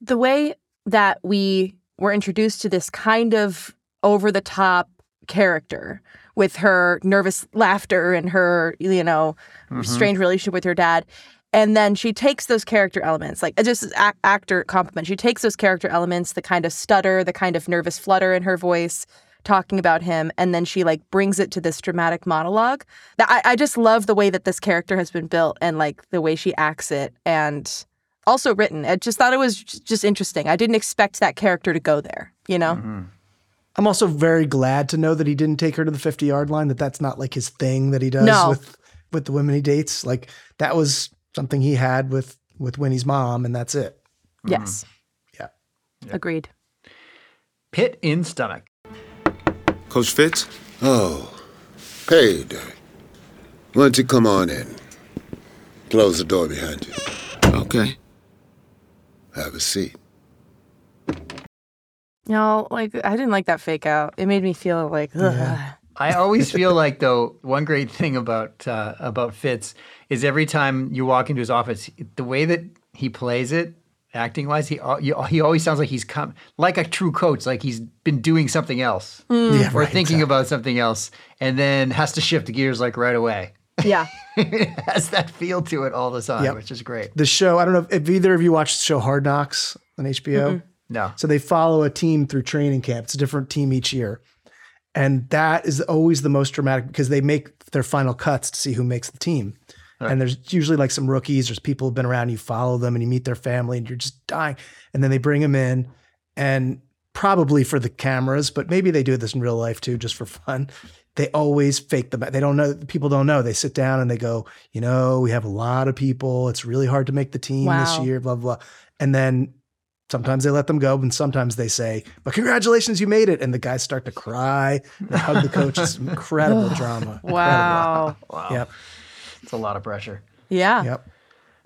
Speaker 4: The way that we were introduced to this kind of over the top character with her nervous laughter and her, you know,
Speaker 11: Mhm.
Speaker 4: strange relationship with her dad. And then she takes those character elements, like just as ac- actor compliment. She takes those character elements, the kind of stutter, the kind of nervous flutter in her voice, talking about him, and then she like brings it to this dramatic monologue. That I, I just love the way that this character has been built and like the way she acts it and also written. I just thought it was j- just interesting. I didn't expect that character to go there, you know?
Speaker 6: I'm also very glad to know that he didn't take her to the 50 yard line. That that's not like his thing that he does
Speaker 4: No.
Speaker 6: with with the women he dates. Like that was something he had with with Winnie's mom, and that's it.
Speaker 4: Yes.
Speaker 6: Yeah.
Speaker 4: Agreed.
Speaker 7: Pit in stomach.
Speaker 2: Coach Fitz? Oh, hey, Doug. Why don't you come on in? Close the door behind you.
Speaker 3: Okay.
Speaker 2: Have a seat.
Speaker 4: No, like I didn't like that fake out. It made me feel like ugh.
Speaker 7: I always feel like though one great thing about uh, about Fitz is every time you walk into his office, the way that he plays it, acting wise, he al- you- he always sounds like he's come like a true coach, like he's been doing something else
Speaker 4: Mm. Yeah,
Speaker 7: or
Speaker 4: right,
Speaker 7: thinking about something else, and then has to shift gears like right away.
Speaker 4: Yeah,
Speaker 7: it has that feel to it all the time,
Speaker 6: Yep.
Speaker 7: which is great.
Speaker 6: The show. I don't know if, if either of you watched the show Hard Knocks on HBO.
Speaker 7: Mm-mm. No.
Speaker 6: So they follow a team through training camp. It's a different team each year, and that is always the most dramatic because they make their final cuts to see who makes the team. and there's usually like some rookies, there's people who've been around, you follow them and you meet their family and you're just dying. And then they bring them in and probably for the cameras, but maybe they do this in real life too, just for fun. They always fake them. They don't know. People don't know. They sit down and they go, you know, we have a lot of people. It's really hard to make the team
Speaker 4: Wow.
Speaker 6: this year, blah, blah. blah." And then sometimes they let them go. And sometimes they say, but congratulations, you made it. And the guys start to cry. They hug the coach. It's incredible drama.
Speaker 4: Wow.
Speaker 6: Incredible. Yep.
Speaker 7: It's a lot of pressure.
Speaker 4: Yeah.
Speaker 6: Yep.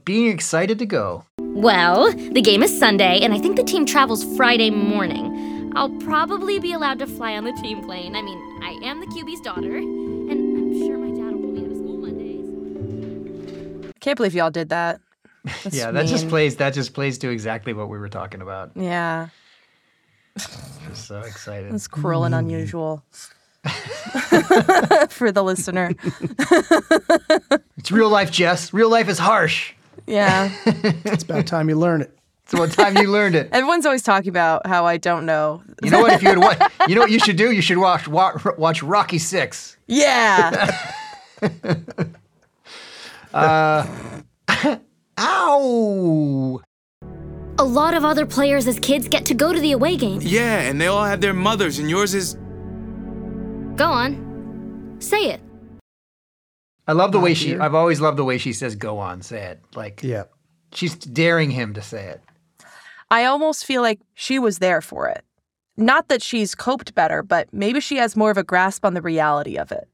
Speaker 7: Being excited to go.
Speaker 9: Well, the game is Sunday, and I think the team travels Friday morning. I'll probably be allowed to fly on the team plane. I mean, I am the QB's daughter, and I'm sure my dad will be out of school Monday.
Speaker 4: Can't believe y'all did that.
Speaker 7: yeah, that just
Speaker 4: mean.
Speaker 7: plays. That just plays to exactly what we were talking about.
Speaker 4: Yeah.
Speaker 7: I'm so excited.
Speaker 4: It's cruel and unusual for the listener.
Speaker 7: It's real life, Jess. Real life is harsh.
Speaker 4: Yeah.
Speaker 6: It's about time you learn it.
Speaker 7: It's about time you learned it.
Speaker 4: Everyone's always talking about how I don't know.
Speaker 7: You know what? If you would, wa- you know what you should do? You should watch watch, watch Rocky Six.
Speaker 4: Yeah.
Speaker 7: Uh, ow!
Speaker 9: A lot of other players as kids get to go to the away game.
Speaker 3: Yeah, and they all have their mothers, and yours is.
Speaker 9: Go on. Say it.
Speaker 7: I love the way she. I've always loved the way she says, "Go on, say it." Like,
Speaker 6: yeah,
Speaker 7: she's daring him to say it.
Speaker 4: I almost feel like she was there for it. Not that she's coped better, but maybe she has more of a grasp on the reality of it.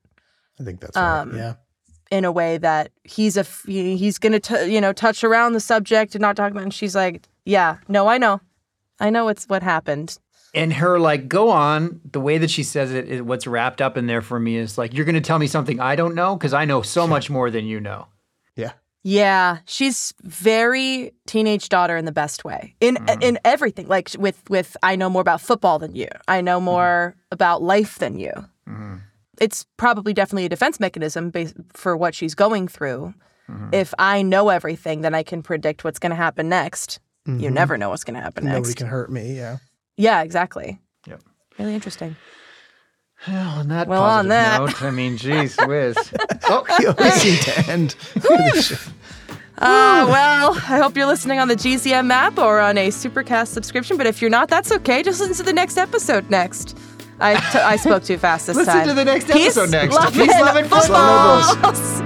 Speaker 6: I think that's
Speaker 4: Um,
Speaker 6: right. Yeah.
Speaker 4: in a way that he's a f- he's gonna t- you know touch around the subject and not talk about. It. And she's like, yeah, no, I know, I know it's what happened.
Speaker 7: And her like, "Go on." The way that she says it is what's wrapped up in there for me is like, "You're going to tell me something I don't know because I know so much more than you know."
Speaker 6: Yeah.
Speaker 4: Yeah, she's very teenage daughter in the best way in in everything. Like with with I know more about football than you. I know more about life than you. It's probably definitely a defense mechanism bas for what she's going through. If I know everything, then I can predict what's going to happen next. You
Speaker 6: Mhm.
Speaker 4: never know what's going to happen
Speaker 6: Nobody
Speaker 4: next.
Speaker 6: can hurt me. Yeah.
Speaker 4: Yeah, exactly.
Speaker 7: Yep.
Speaker 4: Really interesting.
Speaker 7: Well, on that
Speaker 4: Well,
Speaker 7: positive
Speaker 4: on that.
Speaker 7: note, I mean, geez, whiz. Oh,
Speaker 6: you always seem to end.
Speaker 4: Uh, well, I hope you're listening on the GZM app or on a Supercast subscription, but if you're not, that's okay. Just listen to the next episode next. I, t- I spoke too fast this
Speaker 7: Listen
Speaker 4: time.
Speaker 7: to the next
Speaker 4: Peace,
Speaker 7: episode next.
Speaker 4: Love,
Speaker 7: Peace,
Speaker 4: and
Speaker 7: love, and footballs.
Speaker 4: footballs.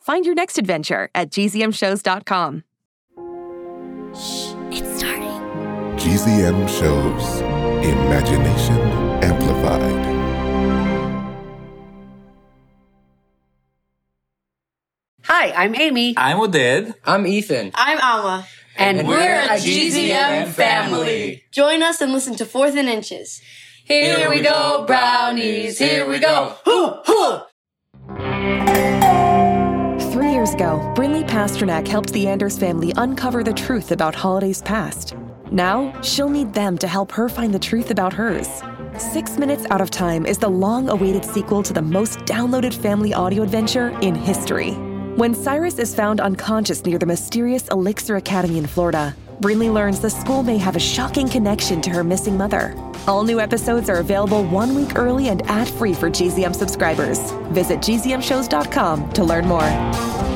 Speaker 4: Find your next adventure at gzmshows.com.
Speaker 18: GZM shows Imagination Amplified.
Speaker 19: Hi, I'm Amy.
Speaker 20: I'm Oded. I'm Ethan.
Speaker 21: I'm Alma.
Speaker 19: And
Speaker 21: And
Speaker 19: we're
Speaker 21: we're
Speaker 19: a
Speaker 21: a GZM family. Join us and listen to Fourth and Inches. Here we go, brownies. Here we go. Hoo, hoo.
Speaker 4: Three years ago, Brinley Pasternak helped the Anders family uncover the truth about holidays past. Now, she'll need them to help her find the truth about hers.
Speaker 22: Six Minutes Out of Time is the long awaited sequel to the most downloaded family audio adventure in history. When Cyrus is found unconscious near the mysterious Elixir Academy in Florida, Brinley learns the school may have a shocking connection to her missing mother. All new episodes are available one week early and ad free for GZM subscribers. Visit gzmshows.com to learn more.